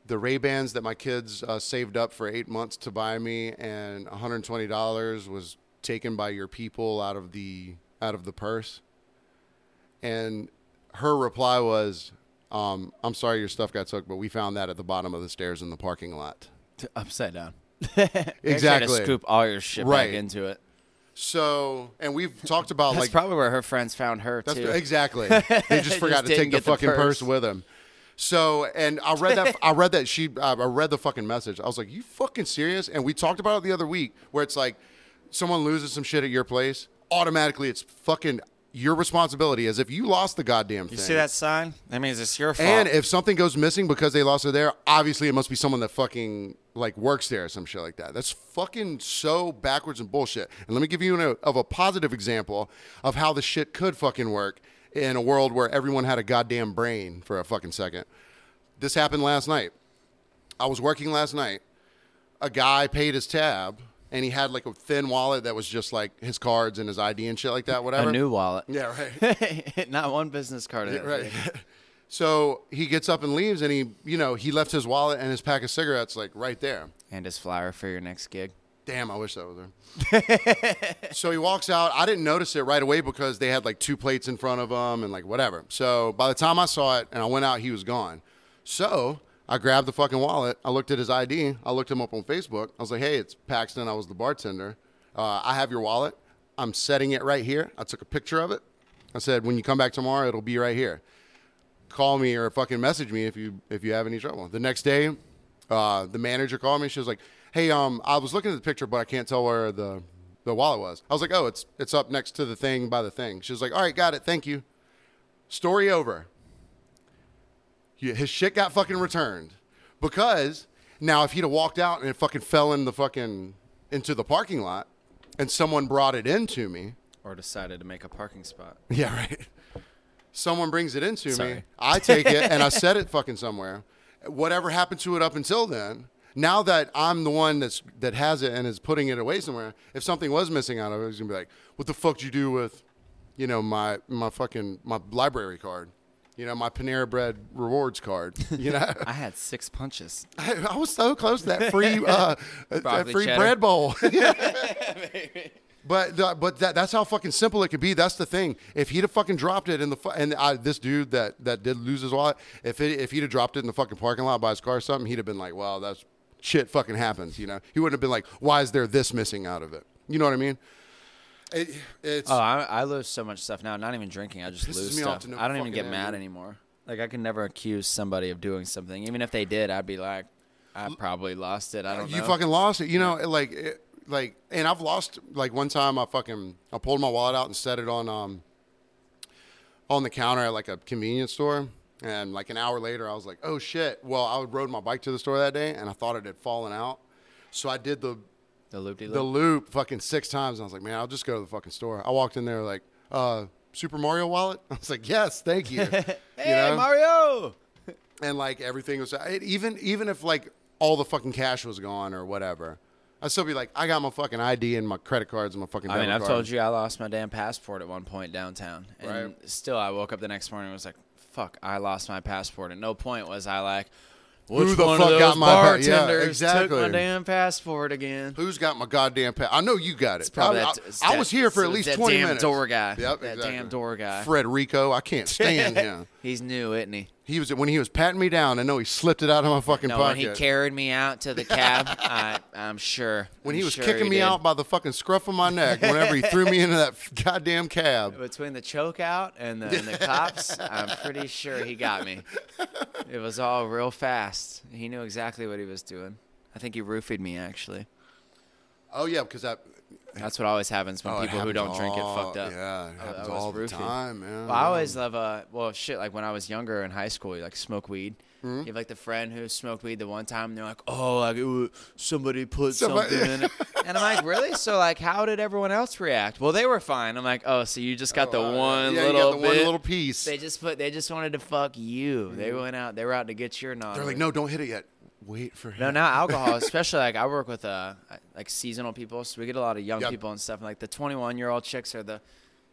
[SPEAKER 2] the Ray Bans that my kids uh, saved up for eight months to buy me and one hundred twenty dollars was taken by your people out of the out of the purse?" And her reply was, um, "I'm sorry your stuff got took, but we found that at the bottom of the stairs in the parking lot."
[SPEAKER 1] T- Upside down.
[SPEAKER 2] Exactly.
[SPEAKER 1] To scoop all your shit
[SPEAKER 2] Right.
[SPEAKER 1] back into it.
[SPEAKER 2] So, and we've talked about
[SPEAKER 1] That's
[SPEAKER 2] like
[SPEAKER 1] probably where her friends found her
[SPEAKER 2] That's
[SPEAKER 1] too. [LAUGHS]
[SPEAKER 2] exactly. They just
[SPEAKER 1] Just
[SPEAKER 2] forgot to
[SPEAKER 1] didn't
[SPEAKER 2] take the
[SPEAKER 1] get the
[SPEAKER 2] fucking purse.
[SPEAKER 1] purse.
[SPEAKER 2] with them. So, and I read that. I read that she. uh, I I read the fucking message. I was like, "You fucking serious?" And we talked about it the other week, where it's like, someone loses some shit at your place, automatically it's fucking your responsibility, as if you lost the goddamn thing.
[SPEAKER 1] You see that sign? That means it's your fault.
[SPEAKER 2] And if something goes missing because they lost it there, obviously it must be someone that fucking like works there or some shit like that. That's fucking so backwards and bullshit. And let me give you an, of a positive example of how the shit could fucking work in a world where everyone had a goddamn brain for a fucking second. This happened last night. I was working last night. A guy paid his tab and he had like a thin wallet that was just like his cards and his ID and shit like that, whatever.
[SPEAKER 1] a new wallet.
[SPEAKER 2] yeah,
[SPEAKER 1] [LAUGHS]
[SPEAKER 2] right.
[SPEAKER 1] Not one business card. in it.
[SPEAKER 2] Right. [LAUGHS] so he gets up and leaves, and he, you know, he left his wallet and his pack of cigarettes like right there.
[SPEAKER 1] And his flyer for your next gig.
[SPEAKER 2] Damn, I wish that was there. so he walks out. I didn't notice it right away because they had like two plates in front of him and like whatever. So by the time I saw it and I went out, he was gone. So I grabbed the fucking wallet. I looked at his ID. I looked him up on Facebook. I was like, hey, it's Paxton. I was the bartender. Uh, I have your wallet. I'm setting it right here. I took a picture of it. I said, when you come back tomorrow, it'll be right here call me or fucking message me if you if you have any trouble. The next day, uh, the manager called me. She was like, "Hey, um, I was looking at the picture, but I can't tell where the the wallet was." I was like, "Oh, it's it's up next to the thing by the thing." She was like, "All right, got it. Thank you." Story over. He- His shit got fucking returned because now if he'd have walked out and it fucking fell in the fucking into the parking lot and someone brought it in to me,
[SPEAKER 1] Or decided to make a parking spot.
[SPEAKER 2] [LAUGHS] yeah, right. Someone brings it into me.
[SPEAKER 1] Sorry.
[SPEAKER 2] I take it and I set it fucking somewhere. Whatever happened to it up until then, now that I'm the one that's that has it and is putting it away somewhere, if something was missing out of it, it's gonna be like, what the fuck did you do with, you know, my my fucking my library card, you know, my Panera Bread rewards card, [LAUGHS] you know.
[SPEAKER 1] [LAUGHS] I had six punches.
[SPEAKER 2] [LAUGHS] I, I was so close to that free uh, that
[SPEAKER 1] Broccoli
[SPEAKER 2] [LAUGHS] free
[SPEAKER 1] cheddar.
[SPEAKER 2] bread bowl. But the, but that, that's how fucking simple it could be. That's the thing. If he'd have fucking dropped it in the fu- and I, this dude that that did lose his wallet, if it, if he'd have dropped it in the fucking parking lot by his car or something, he'd have been like, "Well, that's shit. Fucking happens." You know, he wouldn't have been like, "Why is there this missing out of it?" You know what I mean? It, it's
[SPEAKER 1] Oh, I, I lose so much stuff now. Not even drinking, I just
[SPEAKER 2] Pisses
[SPEAKER 1] lose
[SPEAKER 2] me off
[SPEAKER 1] stuff.
[SPEAKER 2] to no
[SPEAKER 1] I don't even
[SPEAKER 2] fucking
[SPEAKER 1] get
[SPEAKER 2] end,
[SPEAKER 1] mad
[SPEAKER 2] dude.
[SPEAKER 1] anymore. Like I can never accuse somebody of doing something. Even if they did, I'd be like, I probably lost it. I don't
[SPEAKER 2] you
[SPEAKER 1] know.
[SPEAKER 2] fucking lost it. You know, it, like it, like and I've lost like one time I fucking I pulled my wallet out and set it on um on the counter at like a convenience store. And like an hour later, I was like, "Oh shit!" Well, I rode my bike to the store that day, and I thought it had fallen out. So I did the
[SPEAKER 1] the loop de
[SPEAKER 2] the
[SPEAKER 1] loop.
[SPEAKER 2] loop fucking six times. And I was like, man, I'll just go to the fucking store. I walked in there like, uh, Super Mario wallet. [LAUGHS] I was like, yes,
[SPEAKER 1] [LAUGHS]
[SPEAKER 2] thank you. hey,
[SPEAKER 1] Hey, Mario!
[SPEAKER 2] and like everything was it, even even if like all the fucking cash was gone or whatever, I'd still be like, I got my fucking ID and my credit cards and my fucking.
[SPEAKER 1] I mean,
[SPEAKER 2] debit
[SPEAKER 1] I've
[SPEAKER 2] card.
[SPEAKER 1] told you I lost my damn passport at one point downtown, and
[SPEAKER 2] Right.
[SPEAKER 1] still I woke up the next morning and was like, "Fuck, I lost my passport." At no point was I like,
[SPEAKER 2] Who
[SPEAKER 1] "Which
[SPEAKER 2] the
[SPEAKER 1] one
[SPEAKER 2] fuck
[SPEAKER 1] of those
[SPEAKER 2] got my pa-
[SPEAKER 1] bartenders
[SPEAKER 2] yeah,
[SPEAKER 1] took
[SPEAKER 2] exactly.
[SPEAKER 1] my damn passport again?"
[SPEAKER 2] Who's got my goddamn pa- I know you got it.
[SPEAKER 1] probably
[SPEAKER 2] I,
[SPEAKER 1] that-
[SPEAKER 2] I-
[SPEAKER 1] it's
[SPEAKER 2] I
[SPEAKER 1] that-
[SPEAKER 2] was here for at
[SPEAKER 1] it's
[SPEAKER 2] least
[SPEAKER 1] that
[SPEAKER 2] twenty
[SPEAKER 1] damn
[SPEAKER 2] minutes.
[SPEAKER 1] door guy.
[SPEAKER 2] Yep,
[SPEAKER 1] That
[SPEAKER 2] exactly.
[SPEAKER 1] damn door guy.
[SPEAKER 2] Frederico. I can't
[SPEAKER 1] [LAUGHS]
[SPEAKER 2] stand him.
[SPEAKER 1] He's new, isn't he?
[SPEAKER 2] He was when he was patting me down. I know he slipped it out of my fucking
[SPEAKER 1] No, when
[SPEAKER 2] pocket.
[SPEAKER 1] he carried me out to the
[SPEAKER 2] [LAUGHS]
[SPEAKER 1] cab, I, I'm sure.
[SPEAKER 2] when
[SPEAKER 1] I'm
[SPEAKER 2] he was
[SPEAKER 1] sure
[SPEAKER 2] kicking me
[SPEAKER 1] did.
[SPEAKER 2] out by the fucking scruff of my
[SPEAKER 1] [LAUGHS]
[SPEAKER 2] neck whenever he threw me into that f- goddamn cab.
[SPEAKER 1] between the choke out and the,
[SPEAKER 2] [LAUGHS]
[SPEAKER 1] and the cops, I'm pretty sure he got me. It was all real fast. He knew exactly what he was doing. I think he roofied me actually.
[SPEAKER 2] Oh yeah, because I
[SPEAKER 1] That's what always happens when
[SPEAKER 2] oh, it
[SPEAKER 1] people who don't
[SPEAKER 2] happens
[SPEAKER 1] drink get
[SPEAKER 2] all-
[SPEAKER 1] fucked up.
[SPEAKER 2] Yeah, it
[SPEAKER 1] I- I
[SPEAKER 2] happens
[SPEAKER 1] was
[SPEAKER 2] all the
[SPEAKER 1] roofied.
[SPEAKER 2] time, man.
[SPEAKER 1] Well, I always love uh well shit like when I was younger in high school you like smoke weed.
[SPEAKER 2] Mm-hmm.
[SPEAKER 1] You have like the friend who smoked weed the one time and they're like, Oh, like ooh, somebody put
[SPEAKER 2] Somebody-
[SPEAKER 1] something in
[SPEAKER 2] [LAUGHS]
[SPEAKER 1] it and I'm like, Really? So like how did everyone else react? Well they were fine. I'm like, Oh, so you just got the
[SPEAKER 2] Oh,
[SPEAKER 1] one
[SPEAKER 2] yeah,
[SPEAKER 1] little
[SPEAKER 2] you got the
[SPEAKER 1] bit.
[SPEAKER 2] one little piece.
[SPEAKER 1] They just put they just wanted to fuck you. They went out they were out to get your nod.
[SPEAKER 2] They're like, no, don't hit it yet. Wait for him.
[SPEAKER 1] No, now alcohol, especially like I work with uh like seasonal people, so we get a lot of young
[SPEAKER 2] Yep.
[SPEAKER 1] people and stuff. And like the 21 year old chicks are the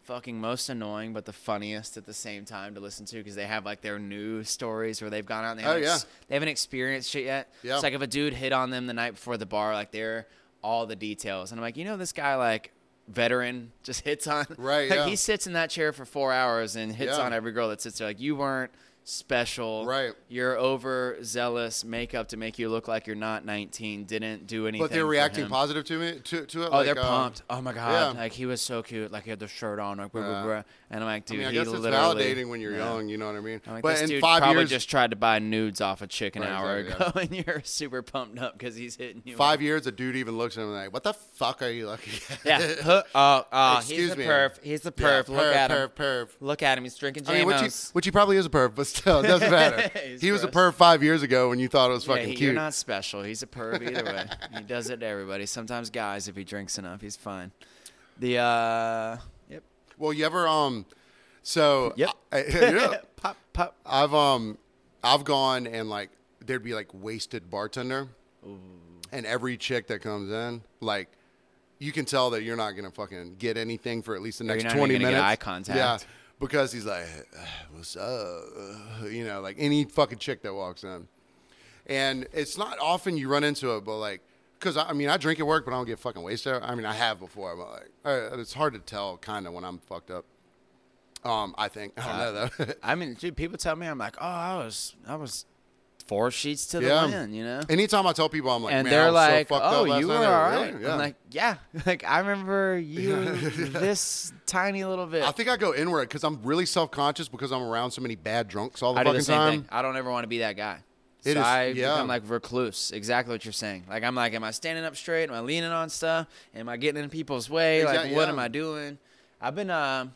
[SPEAKER 1] fucking most annoying, but the funniest at the same time to listen to because they have like their new stories where they've gone out and they,
[SPEAKER 2] Oh,
[SPEAKER 1] haven't,
[SPEAKER 2] yeah.
[SPEAKER 1] ex- they haven't experienced shit yet.
[SPEAKER 2] Yeah.
[SPEAKER 1] It's like if a dude hit on them the night before the bar, like they're all the details, and I'm like, you know, this guy like veteran [LAUGHS] just hits on [LAUGHS]
[SPEAKER 2] Right,
[SPEAKER 1] Like
[SPEAKER 2] yeah.
[SPEAKER 1] he sits in that chair for four hours and hits
[SPEAKER 2] Yeah.
[SPEAKER 1] on every girl that sits there. Like you weren't special
[SPEAKER 2] Right.
[SPEAKER 1] your overzealous makeup to make you look like you're not 19 didn't do anything.
[SPEAKER 2] but they're
[SPEAKER 1] for
[SPEAKER 2] reacting
[SPEAKER 1] him.
[SPEAKER 2] positive to me to, to it.
[SPEAKER 1] Oh,
[SPEAKER 2] like,
[SPEAKER 1] they're
[SPEAKER 2] uh,
[SPEAKER 1] pumped! Oh my god!
[SPEAKER 2] yeah.
[SPEAKER 1] Like he was so cute. Like he had the shirt on. Like blah,
[SPEAKER 2] Yeah.
[SPEAKER 1] blah, blah. and I'm like,
[SPEAKER 2] I
[SPEAKER 1] dude,
[SPEAKER 2] mean, I
[SPEAKER 1] he
[SPEAKER 2] guess it's
[SPEAKER 1] literally.
[SPEAKER 2] validating when you're
[SPEAKER 1] Yeah.
[SPEAKER 2] young. You know what I mean?
[SPEAKER 1] I'm like,
[SPEAKER 2] but
[SPEAKER 1] this
[SPEAKER 2] in
[SPEAKER 1] dude
[SPEAKER 2] five
[SPEAKER 1] probably
[SPEAKER 2] years,
[SPEAKER 1] just tried to buy nudes off a chick an
[SPEAKER 2] Right,
[SPEAKER 1] hour
[SPEAKER 2] exactly,
[SPEAKER 1] ago, [LAUGHS] and you're super pumped up because he's hitting you.
[SPEAKER 2] five years, a dude even looks at him like, "What the fuck are you looking?" at? [LAUGHS]
[SPEAKER 1] Yeah. Huh. Oh, oh, he's
[SPEAKER 2] Excuse
[SPEAKER 1] the
[SPEAKER 2] me.
[SPEAKER 1] perf. He's the
[SPEAKER 2] Yeah,
[SPEAKER 1] perf. Look at
[SPEAKER 2] perv,
[SPEAKER 1] him.
[SPEAKER 2] perv.
[SPEAKER 1] Look at him. He's drinking
[SPEAKER 2] I mean, which he,
[SPEAKER 1] Jamos.
[SPEAKER 2] which he probably is a perv, but still, it
[SPEAKER 1] [LAUGHS]
[SPEAKER 2] doesn't matter.
[SPEAKER 1] He's
[SPEAKER 2] he was a
[SPEAKER 1] gross.
[SPEAKER 2] perv five years ago when you thought it was
[SPEAKER 1] Yeah,
[SPEAKER 2] fucking
[SPEAKER 1] he-
[SPEAKER 2] cute.
[SPEAKER 1] you're not special. He's a perv either way. he does it to everybody. Sometimes guys, if he drinks enough, he's fine. The uh, yep,
[SPEAKER 2] well, you ever um, so
[SPEAKER 1] Yep. [LAUGHS]
[SPEAKER 2] I, [LAUGHS] yeah.
[SPEAKER 1] pop, pop.
[SPEAKER 2] I've um I've gone and like there'd be like wasted bartender. And every chick that comes in, like you can tell that you're not gonna fucking get anything for at least the next
[SPEAKER 1] not even
[SPEAKER 2] twenty
[SPEAKER 1] gonna get
[SPEAKER 2] minutes.
[SPEAKER 1] eye contact.
[SPEAKER 2] Yeah. Because he's like, [SIGHS] "Uh, what's up? You know, like any fucking chick that walks in. And it's not often you run into it, but like, because I, I mean, I drink at work, but I don't get fucking wasted. I mean, I have before, but like, uh, it's hard to tell kind of when I'm fucked up. Um, I think. I don't
[SPEAKER 1] Uh,
[SPEAKER 2] know though. [LAUGHS]
[SPEAKER 1] I mean, dude, people tell me I'm like, oh, I was, I was four sheets to the win, you know.
[SPEAKER 2] Anytime I tell people, I'm like,
[SPEAKER 1] and
[SPEAKER 2] man, I
[SPEAKER 1] they're
[SPEAKER 2] was
[SPEAKER 1] like,
[SPEAKER 2] so fucked up
[SPEAKER 1] "Oh,
[SPEAKER 2] last
[SPEAKER 1] you were
[SPEAKER 2] night."
[SPEAKER 1] all
[SPEAKER 2] They're like,
[SPEAKER 1] right."
[SPEAKER 2] "Really?" Yeah.
[SPEAKER 1] I'm like, "Yeah, [LAUGHS] like I remember
[SPEAKER 2] [LAUGHS]
[SPEAKER 1] you this tiny little bit."
[SPEAKER 2] I think I go inward because I'm really self conscious because I'm around so many bad drunks all the
[SPEAKER 1] I do
[SPEAKER 2] fucking
[SPEAKER 1] the same
[SPEAKER 2] time.
[SPEAKER 1] thing. I don't ever want to be that guy.
[SPEAKER 2] It
[SPEAKER 1] so
[SPEAKER 2] is-
[SPEAKER 1] I
[SPEAKER 2] yeah.
[SPEAKER 1] become like recluse. Exactly what you're saying. Like I'm like, am I standing up straight? Am I leaning on stuff? Am I getting in people's way?
[SPEAKER 2] Exact-
[SPEAKER 1] like what
[SPEAKER 2] yeah.
[SPEAKER 1] am I doing? I've been um,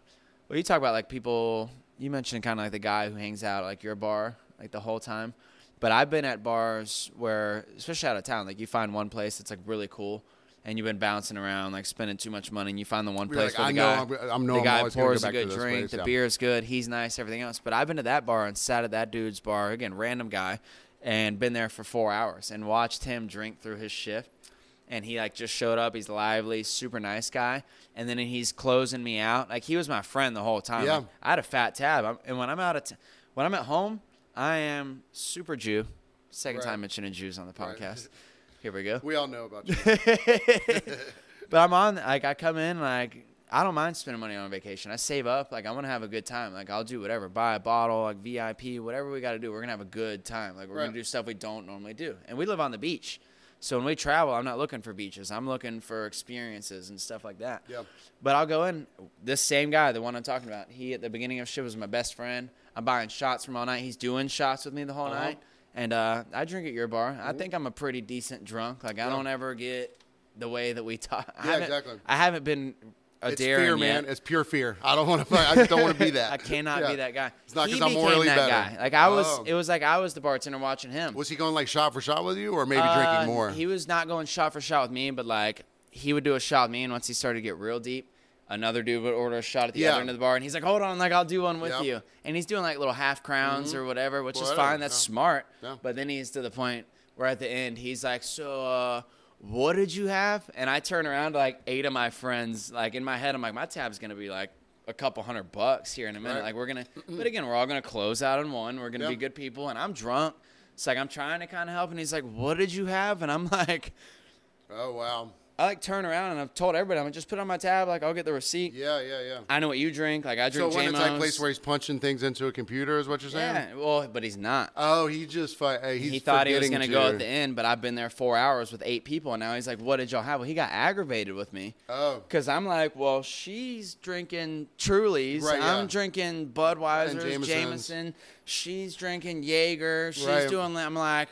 [SPEAKER 1] well, you talk about like people. You mentioned kind of like the guy who hangs out at, like your bar like the whole time, but I've been at bars where, especially out of town, like you find one place that's like really cool. And you've been bouncing around, like spending too much money, and you find the one
[SPEAKER 2] You're
[SPEAKER 1] place
[SPEAKER 2] like,
[SPEAKER 1] where
[SPEAKER 2] I
[SPEAKER 1] the guy,
[SPEAKER 2] know I'm- I'm- no,
[SPEAKER 1] the
[SPEAKER 2] I'm
[SPEAKER 1] guy
[SPEAKER 2] always gonna go
[SPEAKER 1] pours a
[SPEAKER 2] back to
[SPEAKER 1] good
[SPEAKER 2] this
[SPEAKER 1] drink,
[SPEAKER 2] place,
[SPEAKER 1] the
[SPEAKER 2] yeah.
[SPEAKER 1] beer beer's good. He's nice, everything else. But I've been to that bar and sat at that dude's bar again, random guy, and been there for four hours and watched him drink through his shift. And he like just showed up. He's lively, super nice guy. And then he's closing me out. Like he was my friend the whole time.
[SPEAKER 2] Yeah.
[SPEAKER 1] Like, I had a fat tab. I'm, and when I'm out of t- when I'm at home, I am super Jew. Second
[SPEAKER 2] Right. [LAUGHS]
[SPEAKER 1] [LAUGHS] time mentioning Jews on the podcast. Here we go.
[SPEAKER 2] We all know about you.
[SPEAKER 1] [LAUGHS] But I'm on. Like I come in, like I don't mind spending money on vacation. I save up. Like I want to have a good time. Like I'll do whatever. Buy a bottle, like VIP, whatever we got to do. We're gonna have a good time. Like we're
[SPEAKER 2] Right.
[SPEAKER 1] gonna do stuff we don't normally do. And we live on the beach, so when we travel, I'm not looking for beaches. I'm looking for experiences and stuff like that.
[SPEAKER 2] Yeah.
[SPEAKER 1] But I'll go in. This same guy, the one I'm talking about, he at the beginning of shit was my best friend. I'm buying shots from all night. He's doing shots with me the
[SPEAKER 2] Uh-huh.
[SPEAKER 1] whole night. And uh, I drink at your bar. I
[SPEAKER 2] Mm-hmm.
[SPEAKER 1] think I'm a pretty decent drunk. Like I don't ever get the way that we talk. I
[SPEAKER 2] Yeah,
[SPEAKER 1] haven't-
[SPEAKER 2] exactly.
[SPEAKER 1] I haven't been a
[SPEAKER 2] It's
[SPEAKER 1] Darren
[SPEAKER 2] fear,
[SPEAKER 1] yet.
[SPEAKER 2] man. It's pure fear. I don't want to. I just don't want
[SPEAKER 1] [LAUGHS]
[SPEAKER 2] to be that.
[SPEAKER 1] I cannot
[SPEAKER 2] Yeah.
[SPEAKER 1] be that guy.
[SPEAKER 2] It's not
[SPEAKER 1] He
[SPEAKER 2] because I'm
[SPEAKER 1] became
[SPEAKER 2] morally
[SPEAKER 1] that
[SPEAKER 2] better.
[SPEAKER 1] guy. Like I was,
[SPEAKER 2] Oh.
[SPEAKER 1] it was like I was the bartender watching him.
[SPEAKER 2] Was he going like shot for shot with you, or maybe
[SPEAKER 1] Uh,
[SPEAKER 2] drinking more?
[SPEAKER 1] He was not going shot for shot with me, but like he would do a shot with me, and once he started to get real deep, another dude would order a shot at the
[SPEAKER 2] Yeah.
[SPEAKER 1] other end of the bar, and he's like, "Hold on, like I'll do one with
[SPEAKER 2] Yep. Mm-hmm.
[SPEAKER 1] you," and he's doing like little half crowns or whatever, which is
[SPEAKER 2] Whatever,
[SPEAKER 1] fine. That's
[SPEAKER 2] yeah.
[SPEAKER 1] smart.
[SPEAKER 2] Yeah.
[SPEAKER 1] But then he's to the point where at the end he's like, "So." uh what did you have? And I turn around to like eight of my friends. Like in my head, I'm like, my tab's gonna be like a couple hundred bucks here in a minute.
[SPEAKER 2] Right.
[SPEAKER 1] Like we're gonna, but again, we're all gonna close out on one. We're gonna
[SPEAKER 2] Yeah.
[SPEAKER 1] be good people, and I'm drunk. It's like I'm trying to kind of help, and he's like, "What did you have?" And I'm [LAUGHS] like,
[SPEAKER 2] oh wow.
[SPEAKER 1] I like turn around and I've told everybody, I'm like, just put it on my tab. Like I'll get the receipt.
[SPEAKER 2] Yeah, yeah, yeah.
[SPEAKER 1] I know what you drink. Like I
[SPEAKER 2] So
[SPEAKER 1] drink.
[SPEAKER 2] when it's like
[SPEAKER 1] J-Mo's.
[SPEAKER 2] place where he's punching things into a computer is what you're saying?
[SPEAKER 1] yeah, well, but he's not.
[SPEAKER 2] Oh, he just fight. Hey, he's
[SPEAKER 1] he thought he was
[SPEAKER 2] forgetting
[SPEAKER 1] gonna go
[SPEAKER 2] to-
[SPEAKER 1] at the end, but I've been there four hours with eight people, and now he's like, "What did y'all have?" Well, he got aggravated with me.
[SPEAKER 2] Oh.
[SPEAKER 1] Because I'm like, well, she's drinking Trulies.
[SPEAKER 2] Right,
[SPEAKER 1] I'm
[SPEAKER 2] yeah.
[SPEAKER 1] drinking Budweiser,
[SPEAKER 2] And Jameson's.
[SPEAKER 1] Jameson. She's drinking Jaeger. She's
[SPEAKER 2] Right.
[SPEAKER 1] doing. I'm like,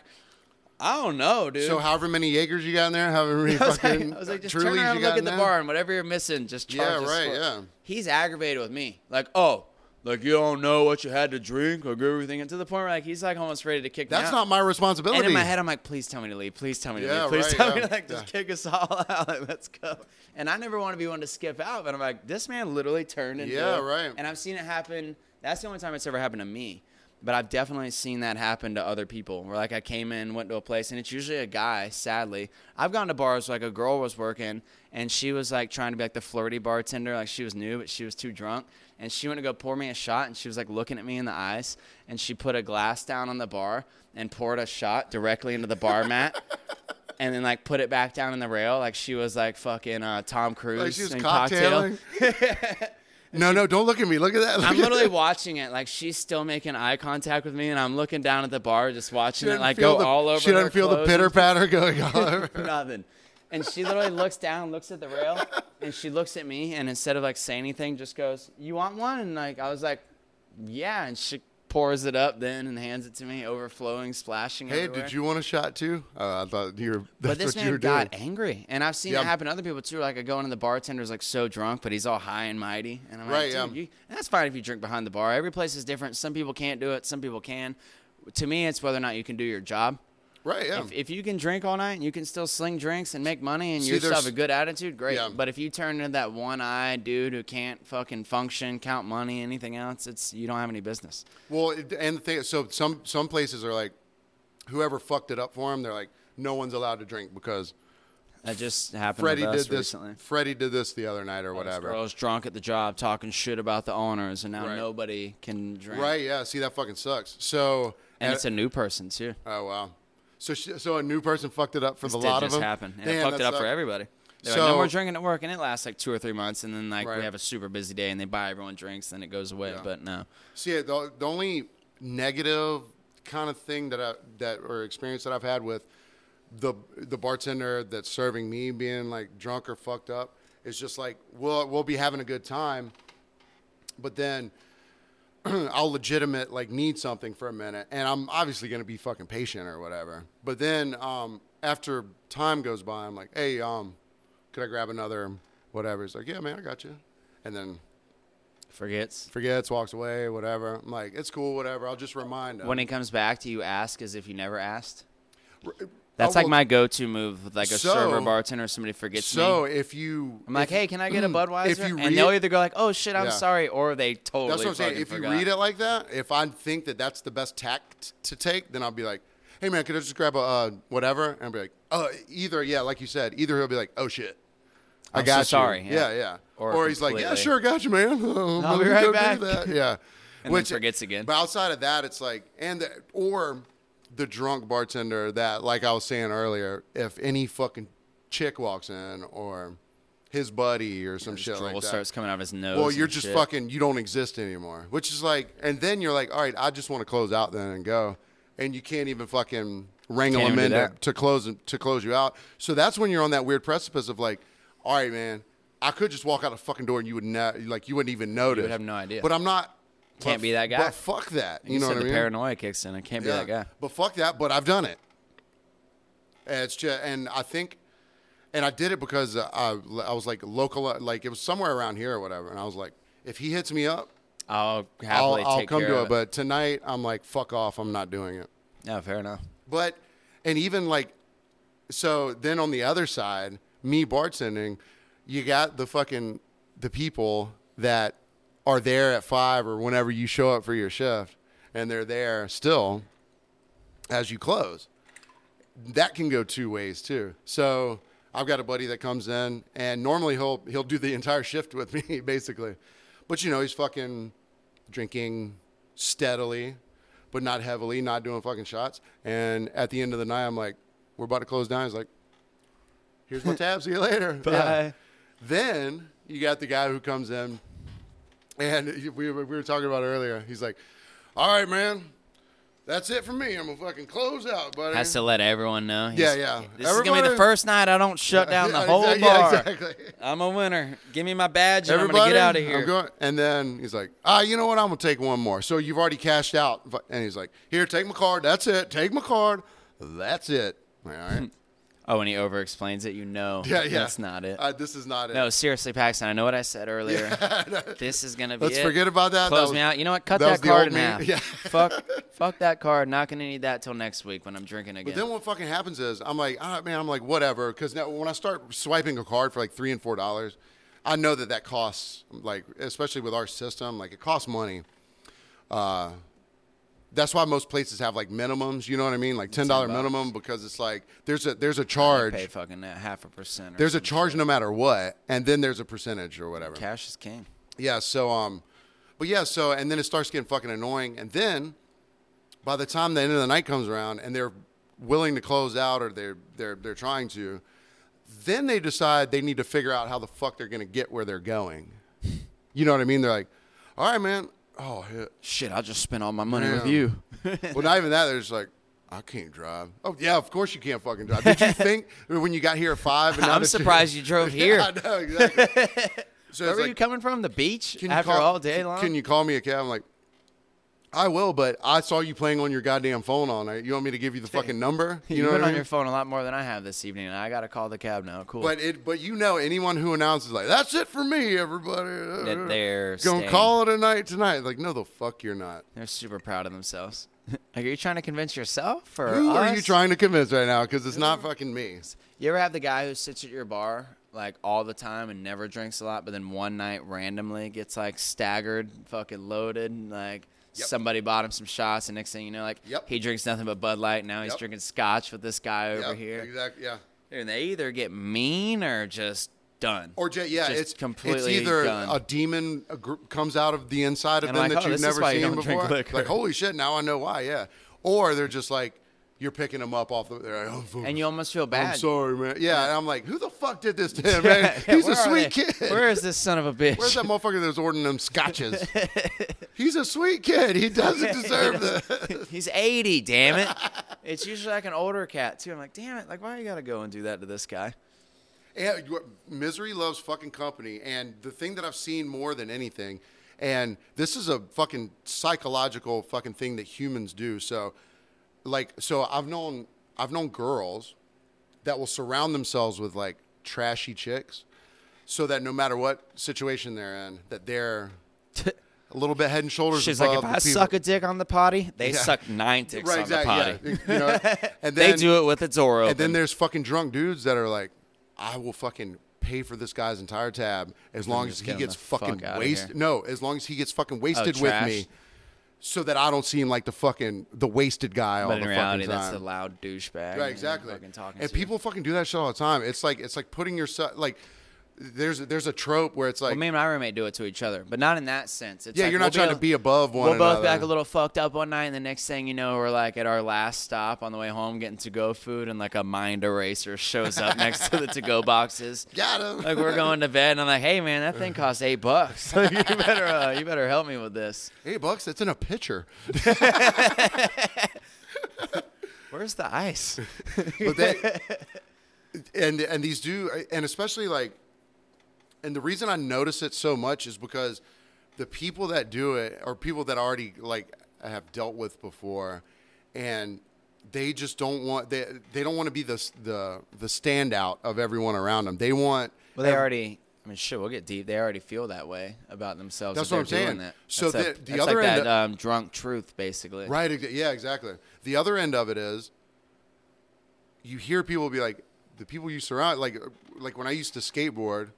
[SPEAKER 1] I don't know, dude.
[SPEAKER 2] So however many Jaegers you got in there, however many
[SPEAKER 1] [LAUGHS] I was like,
[SPEAKER 2] fucking
[SPEAKER 1] I was like, just
[SPEAKER 2] Trulies
[SPEAKER 1] turn around and
[SPEAKER 2] you got
[SPEAKER 1] look
[SPEAKER 2] in
[SPEAKER 1] at the
[SPEAKER 2] there?
[SPEAKER 1] bar, and whatever you're missing, just charge
[SPEAKER 2] Yeah,
[SPEAKER 1] us
[SPEAKER 2] right,
[SPEAKER 1] for it.
[SPEAKER 2] yeah.
[SPEAKER 1] He's aggravated with me. Like, oh, like you don't know what you had to drink, like everything, and to the point where like he's like almost ready to kick me
[SPEAKER 2] That's
[SPEAKER 1] out.
[SPEAKER 2] not my responsibility.
[SPEAKER 1] And in my head, I'm like, please tell me to leave. Please tell me to
[SPEAKER 2] Yeah,
[SPEAKER 1] leave. Please
[SPEAKER 2] right,
[SPEAKER 1] tell me
[SPEAKER 2] yeah,
[SPEAKER 1] to like just
[SPEAKER 2] yeah.
[SPEAKER 1] kick us [LAUGHS] all out. Like, let's go. And I never want to be one to skip out, but I'm like, this man literally turned into.
[SPEAKER 2] Yeah, right.
[SPEAKER 1] And I've seen it happen. That's the only time it's ever happened to me. But I've definitely seen that happen to other people. Where like I came in, went to a place, and it's usually a guy. Sadly, I've gone to bars where, like a girl was working, and she was like trying to be like the flirty bartender. Like she was new, but she was too drunk, and she went to go pour me a shot, and she was like looking at me in the eyes, and she put a glass down on the bar and poured a shot directly into the bar
[SPEAKER 2] [LAUGHS]
[SPEAKER 1] mat. And then like put it back down in the rail, like she was like fucking uh, Tom Cruise
[SPEAKER 2] like she's
[SPEAKER 1] in cocktail.
[SPEAKER 2] cocktailing.
[SPEAKER 1] [LAUGHS]
[SPEAKER 2] no, no, don't look at me. Look at that. Look
[SPEAKER 1] I'm
[SPEAKER 2] at- [LAUGHS]
[SPEAKER 1] literally watching it. Like she's still making eye contact with me, and I'm looking down at the bar, just
[SPEAKER 2] She
[SPEAKER 1] watching it
[SPEAKER 2] doesn't
[SPEAKER 1] like
[SPEAKER 2] feel
[SPEAKER 1] go
[SPEAKER 2] the-
[SPEAKER 1] all over.
[SPEAKER 2] She
[SPEAKER 1] her
[SPEAKER 2] doesn't feel the
[SPEAKER 1] clothes
[SPEAKER 2] pitter
[SPEAKER 1] and [LAUGHS]
[SPEAKER 2] patter going all over.
[SPEAKER 1] Nothing. And she literally looks down, looks at the rail, and she looks at me, and instead of like saying anything, just goes, "You want one?" And like I was like, "Yeah," and she pours it up then and hands it to me, overflowing, splashing.
[SPEAKER 2] Hey,
[SPEAKER 1] everywhere.
[SPEAKER 2] did you want a shot too? Oh, I thought you were. That's
[SPEAKER 1] But this
[SPEAKER 2] what
[SPEAKER 1] man
[SPEAKER 2] you were
[SPEAKER 1] got
[SPEAKER 2] doing.
[SPEAKER 1] angry, and I've seen
[SPEAKER 2] Yeah.
[SPEAKER 1] it happen to other people too. Like I go into the bartender's like so drunk, but he's all high and mighty, and I'm
[SPEAKER 2] Right,
[SPEAKER 1] like, dude,
[SPEAKER 2] yeah.
[SPEAKER 1] you, and that's fine if you drink behind the bar. Every place is different. Some people can't do it. Some people can. To me, it's whether or not you can do your job.
[SPEAKER 2] Right. Yeah.
[SPEAKER 1] If, if you can drink all night and you can still sling drinks and make money and
[SPEAKER 2] See,
[SPEAKER 1] you still
[SPEAKER 2] there's-
[SPEAKER 1] have a good attitude, great.
[SPEAKER 2] Yeah.
[SPEAKER 1] But if you turn into that one-eyed dude who can't fucking function, count money, anything else, it's you don't have any business.
[SPEAKER 2] Well, it- and the thing, so some some places are like, whoever fucked it up for him, they're like, no one's allowed to drink because
[SPEAKER 1] That just happened.
[SPEAKER 2] Freddie
[SPEAKER 1] with
[SPEAKER 2] did
[SPEAKER 1] us
[SPEAKER 2] this.
[SPEAKER 1] recently.
[SPEAKER 2] Freddie did this the other night or
[SPEAKER 1] This
[SPEAKER 2] whatever.
[SPEAKER 1] girl's drunk at the job talking shit about the owners, and now
[SPEAKER 2] Right.
[SPEAKER 1] nobody can drink.
[SPEAKER 2] Right. Yeah. See, that fucking sucks. So.
[SPEAKER 1] And it's a new person too.
[SPEAKER 2] oh wow. So she, so a new person fucked it up for the
[SPEAKER 1] It
[SPEAKER 2] lot
[SPEAKER 1] just
[SPEAKER 2] of them.
[SPEAKER 1] happened, and it
[SPEAKER 2] Damn,
[SPEAKER 1] fucked
[SPEAKER 2] that
[SPEAKER 1] it up for
[SPEAKER 2] sucks.
[SPEAKER 1] everybody. They're like,
[SPEAKER 2] So-
[SPEAKER 1] no more drinking at work, and it lasts like two or three months, and then like
[SPEAKER 2] Right.
[SPEAKER 1] we have a super busy day, and they buy everyone drinks, and it goes away.
[SPEAKER 2] Yeah.
[SPEAKER 1] But no,
[SPEAKER 2] See, the, the only negative kind of thing that I that or experience that I've had with the the bartender that's serving me being like drunk or fucked up is just like we'll we'll be having a good time, but then [CLEARS THROAT] I'll legitimate like need something for a minute, and I'm obviously gonna be fucking patient or whatever. But then um, after time goes by, I'm like, hey, um, could I grab another whatever? He's like, yeah, man, I got you, and then
[SPEAKER 1] forgets.
[SPEAKER 2] forgets, walks away, whatever. I'm like, it's cool, whatever. I'll just remind him.
[SPEAKER 1] When he comes back, do you ask as if you never asked?
[SPEAKER 2] Oh,
[SPEAKER 1] That's
[SPEAKER 2] well,
[SPEAKER 1] like my go-to move with like a server
[SPEAKER 2] so-
[SPEAKER 1] bartender. or Somebody forgets
[SPEAKER 2] So
[SPEAKER 1] me.
[SPEAKER 2] if you,
[SPEAKER 1] I'm like,
[SPEAKER 2] if-
[SPEAKER 1] hey, can I
[SPEAKER 2] [CLEARS THROAT]
[SPEAKER 1] get a Budweiser?
[SPEAKER 2] if you
[SPEAKER 1] and they'll
[SPEAKER 2] read-
[SPEAKER 1] either go like, oh shit, I'm
[SPEAKER 2] Yeah.
[SPEAKER 1] sorry, or they totally.
[SPEAKER 2] that's what I'm saying.
[SPEAKER 1] fucking
[SPEAKER 2] If you
[SPEAKER 1] forgot.
[SPEAKER 2] read it like that, if I think that that's the best tact to take, then I'll be like, hey man, could I just grab a uh, whatever? And I'll be like, uh, either yeah, like you said, either he'll be like, oh shit. I
[SPEAKER 1] I'm so
[SPEAKER 2] got you.
[SPEAKER 1] sorry,
[SPEAKER 2] Yeah,
[SPEAKER 1] yeah.
[SPEAKER 2] yeah. Or,
[SPEAKER 1] Or
[SPEAKER 2] he's like, yeah,
[SPEAKER 1] completely-
[SPEAKER 2] sure, got you, man. [LAUGHS]
[SPEAKER 1] I'll be right back. [LAUGHS]
[SPEAKER 2] Yeah.
[SPEAKER 1] then forgets again.
[SPEAKER 2] But outside of that, it's like, and the, or the drunk bartender that, like I was saying earlier, if any fucking chick walks in or his buddy or some
[SPEAKER 1] His
[SPEAKER 2] shit
[SPEAKER 1] drool
[SPEAKER 2] like that.
[SPEAKER 1] starts coming out of his nose.
[SPEAKER 2] Well, you're
[SPEAKER 1] and
[SPEAKER 2] just
[SPEAKER 1] shit.
[SPEAKER 2] fucking. You don't exist anymore. Which is like, and then you're like, all right, I just want to close out then and go, and you can't even fucking wrangle
[SPEAKER 1] Can't
[SPEAKER 2] them
[SPEAKER 1] even
[SPEAKER 2] in
[SPEAKER 1] do
[SPEAKER 2] to,
[SPEAKER 1] that.
[SPEAKER 2] to close to close you out. So that's when you're on that weird precipice of like, all right, man, I could just walk out the fucking door and you would not like you wouldn't even notice.
[SPEAKER 1] have no idea.
[SPEAKER 2] But I'm not.
[SPEAKER 1] Can't
[SPEAKER 2] but-
[SPEAKER 1] be that guy.
[SPEAKER 2] But fuck that. You,
[SPEAKER 1] You
[SPEAKER 2] know
[SPEAKER 1] said
[SPEAKER 2] what I
[SPEAKER 1] the
[SPEAKER 2] mean?
[SPEAKER 1] paranoia kicks in. I can't be that guy.
[SPEAKER 2] But fuck that. But I've done it. And It's just, and I think, and I did it because uh, I, I was like local, like it was somewhere around here or whatever. And I was like, if he hits me up,
[SPEAKER 1] I'll
[SPEAKER 2] I'll,
[SPEAKER 1] happily
[SPEAKER 2] I'll
[SPEAKER 1] take
[SPEAKER 2] come
[SPEAKER 1] care
[SPEAKER 2] to
[SPEAKER 1] of
[SPEAKER 2] it. But tonight, I'm like, fuck off. I'm not doing it.
[SPEAKER 1] no, fair enough.
[SPEAKER 2] But and even like so then on the other side, me bartending, you got the fucking the people that are there at five or whenever you show up for your shift and they're there still as you close. That can go two ways too. So I've got a buddy that comes in and normally he'll he'll do the entire shift with me [LAUGHS] basically. But you know, he's fucking drinking steadily, but not heavily, not doing fucking shots. And at the end of the night, I'm like, we're about to close down. He's like, here's my tab. See you later. Bye. Then you got the guy who comes in, and we were, we were talking about it earlier. He's like, all right, man, that's it for me. I'm going to fucking close out, buddy.
[SPEAKER 1] Has to let everyone know. he's-
[SPEAKER 2] Yeah, yeah.
[SPEAKER 1] This is gonna be the
[SPEAKER 2] Everybody-
[SPEAKER 1] first night I don't shut down the
[SPEAKER 2] Yeah,
[SPEAKER 1] whole
[SPEAKER 2] exactly- [LAUGHS] yeah,
[SPEAKER 1] bar.
[SPEAKER 2] exactly.
[SPEAKER 1] I'm a winner. Give me my badge and
[SPEAKER 2] Everybody,
[SPEAKER 1] I'm gonna get out of
[SPEAKER 2] I'm
[SPEAKER 1] here.
[SPEAKER 2] going- and then he's like, ah, you know what? I'm gonna take one more. So you've already cashed out, But- and he's like, here, take my card. That's it. Take my card. That's it.
[SPEAKER 1] [LAUGHS]
[SPEAKER 2] All right.
[SPEAKER 1] oh, and he over explains it. You know,
[SPEAKER 2] Yeah, yeah.
[SPEAKER 1] that's not it.
[SPEAKER 2] Uh, this is not it.
[SPEAKER 1] no, seriously, Paxton. I know what I said earlier.
[SPEAKER 2] [LAUGHS]
[SPEAKER 1] this is gonna be.
[SPEAKER 2] Let's
[SPEAKER 1] it.
[SPEAKER 2] forget about that.
[SPEAKER 1] Close
[SPEAKER 2] That
[SPEAKER 1] me
[SPEAKER 2] was-
[SPEAKER 1] out. You know what? Cut
[SPEAKER 2] that was
[SPEAKER 1] that,
[SPEAKER 2] the
[SPEAKER 1] card
[SPEAKER 2] old
[SPEAKER 1] in
[SPEAKER 2] me.
[SPEAKER 1] half.
[SPEAKER 2] Yeah. [LAUGHS]
[SPEAKER 1] fuck, fuck that card. Not gonna need that till next week when I'm drinking again.
[SPEAKER 2] But then what fucking happens is I'm like, ah, man, I'm like, whatever. Because now when I start swiping a card for like three and four dollars, I know that that costs like, especially with our system, like it costs money. Uh, that's why most places have like minimums. You know what I mean? Like ten dollar
[SPEAKER 1] bucks.
[SPEAKER 2] minimum because it's like there's a there's a
[SPEAKER 1] Pay
[SPEAKER 2] charge.
[SPEAKER 1] fucking that half a percent. Or
[SPEAKER 2] There's a
[SPEAKER 1] something.
[SPEAKER 2] charge no matter what, and then there's a percentage or whatever.
[SPEAKER 1] cash is king.
[SPEAKER 2] Yeah. So, um, but yeah. So, and then it starts getting fucking annoying. And then, by the time the end of the night comes around, and they're willing to close out, or they're they're they're trying to, then they decide they need to figure out how the fuck they're gonna get where they're going. You know what I mean? They're like, all right, man. Oh, hit.
[SPEAKER 1] Shit, I just spent all my money with
[SPEAKER 2] Yeah.
[SPEAKER 1] you.
[SPEAKER 2] [LAUGHS] well, not even that. They're just like. I can't drive. Oh yeah, of course you can't fucking
[SPEAKER 1] [LAUGHS]
[SPEAKER 2] drive. Did you think when you got here at five? And now
[SPEAKER 1] I'm
[SPEAKER 2] that
[SPEAKER 1] surprised you drove here.
[SPEAKER 2] [LAUGHS] Yeah, I know exactly.
[SPEAKER 1] [LAUGHS] Where
[SPEAKER 2] So it's
[SPEAKER 1] were
[SPEAKER 2] like,
[SPEAKER 1] you coming from? The beach?
[SPEAKER 2] can you
[SPEAKER 1] After
[SPEAKER 2] call-
[SPEAKER 1] all day long?
[SPEAKER 2] Can you call me a cab? I'm like, I will, but I saw you playing on your goddamn phone all night. You want me
[SPEAKER 1] [LAUGHS]
[SPEAKER 2] to give you the fucking number?
[SPEAKER 1] You,
[SPEAKER 2] You know
[SPEAKER 1] went
[SPEAKER 2] what
[SPEAKER 1] on
[SPEAKER 2] I mean?
[SPEAKER 1] your phone a lot more than I have this evening, and I gotta call the cab now. Cool.
[SPEAKER 2] But it, but you know, anyone who announces like that's it for me, everybody.
[SPEAKER 1] That they're
[SPEAKER 2] [LAUGHS] gonna
[SPEAKER 1] staying.
[SPEAKER 2] call it a night tonight. Like, no, the fuck you're not.
[SPEAKER 1] They're super proud of themselves. [LAUGHS] like, are you trying to convince yourself or
[SPEAKER 2] Who are you
[SPEAKER 1] us?
[SPEAKER 2] trying to convince right now? Because it's not fucking me.
[SPEAKER 1] You ever have the guy who sits at your bar like all the time and never drinks a lot, but then one night randomly gets like staggered, fucking loaded, and like
[SPEAKER 2] Yep.
[SPEAKER 1] somebody bought him some shots, and next thing you know, like
[SPEAKER 2] Yep.
[SPEAKER 1] he drinks nothing but Bud Light. Now he's
[SPEAKER 2] Yep.
[SPEAKER 1] drinking scotch with this guy over
[SPEAKER 2] Yeah,
[SPEAKER 1] here.
[SPEAKER 2] Exactly. Yeah.
[SPEAKER 1] And they either get mean or just done.
[SPEAKER 2] Or ju- yeah,
[SPEAKER 1] Just
[SPEAKER 2] it's
[SPEAKER 1] completely
[SPEAKER 2] It's either
[SPEAKER 1] done.
[SPEAKER 2] a demon a gr- comes out of the inside of
[SPEAKER 1] And
[SPEAKER 2] them
[SPEAKER 1] like,
[SPEAKER 2] that
[SPEAKER 1] oh,
[SPEAKER 2] you've
[SPEAKER 1] this is
[SPEAKER 2] never
[SPEAKER 1] why you
[SPEAKER 2] seen
[SPEAKER 1] don't drink
[SPEAKER 2] before.
[SPEAKER 1] liquor.
[SPEAKER 2] Like holy shit, now I know why. Yeah, or they're just like you're picking them up off the. They're like, oh,
[SPEAKER 1] and you almost feel
[SPEAKER 2] I'm
[SPEAKER 1] bad. [LAUGHS]
[SPEAKER 2] sorry, man. Yeah, and I'm like, who the fuck did this to him? Man? He's
[SPEAKER 1] Where are
[SPEAKER 2] a sweet
[SPEAKER 1] they?
[SPEAKER 2] kid.
[SPEAKER 1] Where is this son of a bitch?
[SPEAKER 2] [LAUGHS]
[SPEAKER 1] [LAUGHS]
[SPEAKER 2] Where's that motherfucker that was ordering them scotches? He's a sweet kid.
[SPEAKER 1] [LAUGHS]
[SPEAKER 2] He doesn't deserve this.
[SPEAKER 1] He's 80, damn
[SPEAKER 2] [LAUGHS]
[SPEAKER 1] it. It's usually like an older cat, too. I'm like, damn it. Like, why you got to go and do that to this guy?
[SPEAKER 2] And you- misery loves fucking company. And the thing that I've seen more than anything, and this is a fucking psychological fucking thing that humans do. So, like, so I've known I've known girls that will surround themselves with like trashy chicks, so that no matter what situation they're in,
[SPEAKER 1] [LAUGHS]
[SPEAKER 2] that they're a little bit head and shoulders.
[SPEAKER 1] She's like,
[SPEAKER 2] above
[SPEAKER 1] if I
[SPEAKER 2] the people.
[SPEAKER 1] suck a dick on the potty, they
[SPEAKER 2] Yeah.
[SPEAKER 1] suck nine dicks
[SPEAKER 2] right,
[SPEAKER 1] on
[SPEAKER 2] exactly,
[SPEAKER 1] the potty.
[SPEAKER 2] yeah.
[SPEAKER 1] [LAUGHS]
[SPEAKER 2] You know, and
[SPEAKER 1] They
[SPEAKER 2] then-
[SPEAKER 1] do it with a door open.
[SPEAKER 2] and then there's fucking drunk dudes that are like, I will fucking pay for this guy's entire tab as long as
[SPEAKER 1] just
[SPEAKER 2] he
[SPEAKER 1] get him
[SPEAKER 2] gets
[SPEAKER 1] the fuck
[SPEAKER 2] fucking
[SPEAKER 1] outta here. Oh,
[SPEAKER 2] wasted. No, as long as he gets fucking wasted with
[SPEAKER 1] trash.
[SPEAKER 2] me, so that I don't seem like the fucking the wasted guy all
[SPEAKER 1] but
[SPEAKER 2] the
[SPEAKER 1] in reality,
[SPEAKER 2] fucking time.
[SPEAKER 1] that's the loud douchebag.
[SPEAKER 2] Right, exactly.
[SPEAKER 1] Fucking talking
[SPEAKER 2] and
[SPEAKER 1] to you.
[SPEAKER 2] people fucking do that shit all the time. It's like it's like putting yourself like there's there's a trope where it's like
[SPEAKER 1] Well, me and my roommate do it to each other, but not in that sense. It's
[SPEAKER 2] yeah
[SPEAKER 1] like
[SPEAKER 2] you're
[SPEAKER 1] we'll
[SPEAKER 2] not trying
[SPEAKER 1] a-
[SPEAKER 2] to be above one
[SPEAKER 1] We're both
[SPEAKER 2] another.
[SPEAKER 1] back a little fucked up one night, and the next thing you know, we're like at our last stop on the way home, getting to go food, and like a mind eraser shows up next to the to go boxes.
[SPEAKER 2] Got him.
[SPEAKER 1] Like we're going to bed, and I'm like, "Hey man, that thing costs eight bucks. [LAUGHS] Like, you better, uh, you better help me with this.
[SPEAKER 2] Eight bucks. That's in a pitcher.
[SPEAKER 1] Where's the ice? [LAUGHS]
[SPEAKER 2] but they and and these do and especially like and the reason i notice it so much is because the people that do it are people that already like I have dealt with before and they just don't want they they don't want to be the s- the the standout of everyone around them they want
[SPEAKER 1] Well, they already. I mean, shit, we'll get deep. They already feel that way about themselves. if
[SPEAKER 2] That's what
[SPEAKER 1] they're
[SPEAKER 2] I'm
[SPEAKER 1] doing
[SPEAKER 2] saying.
[SPEAKER 1] That.
[SPEAKER 2] So
[SPEAKER 1] that's like-
[SPEAKER 2] the- the
[SPEAKER 1] that's
[SPEAKER 2] other
[SPEAKER 1] like
[SPEAKER 2] end
[SPEAKER 1] that, um, drunk truth, basically.
[SPEAKER 2] Right. exa- Yeah. Exactly. The other end of it is, you hear people be like, the people you surround, like, like when I used to skateboard,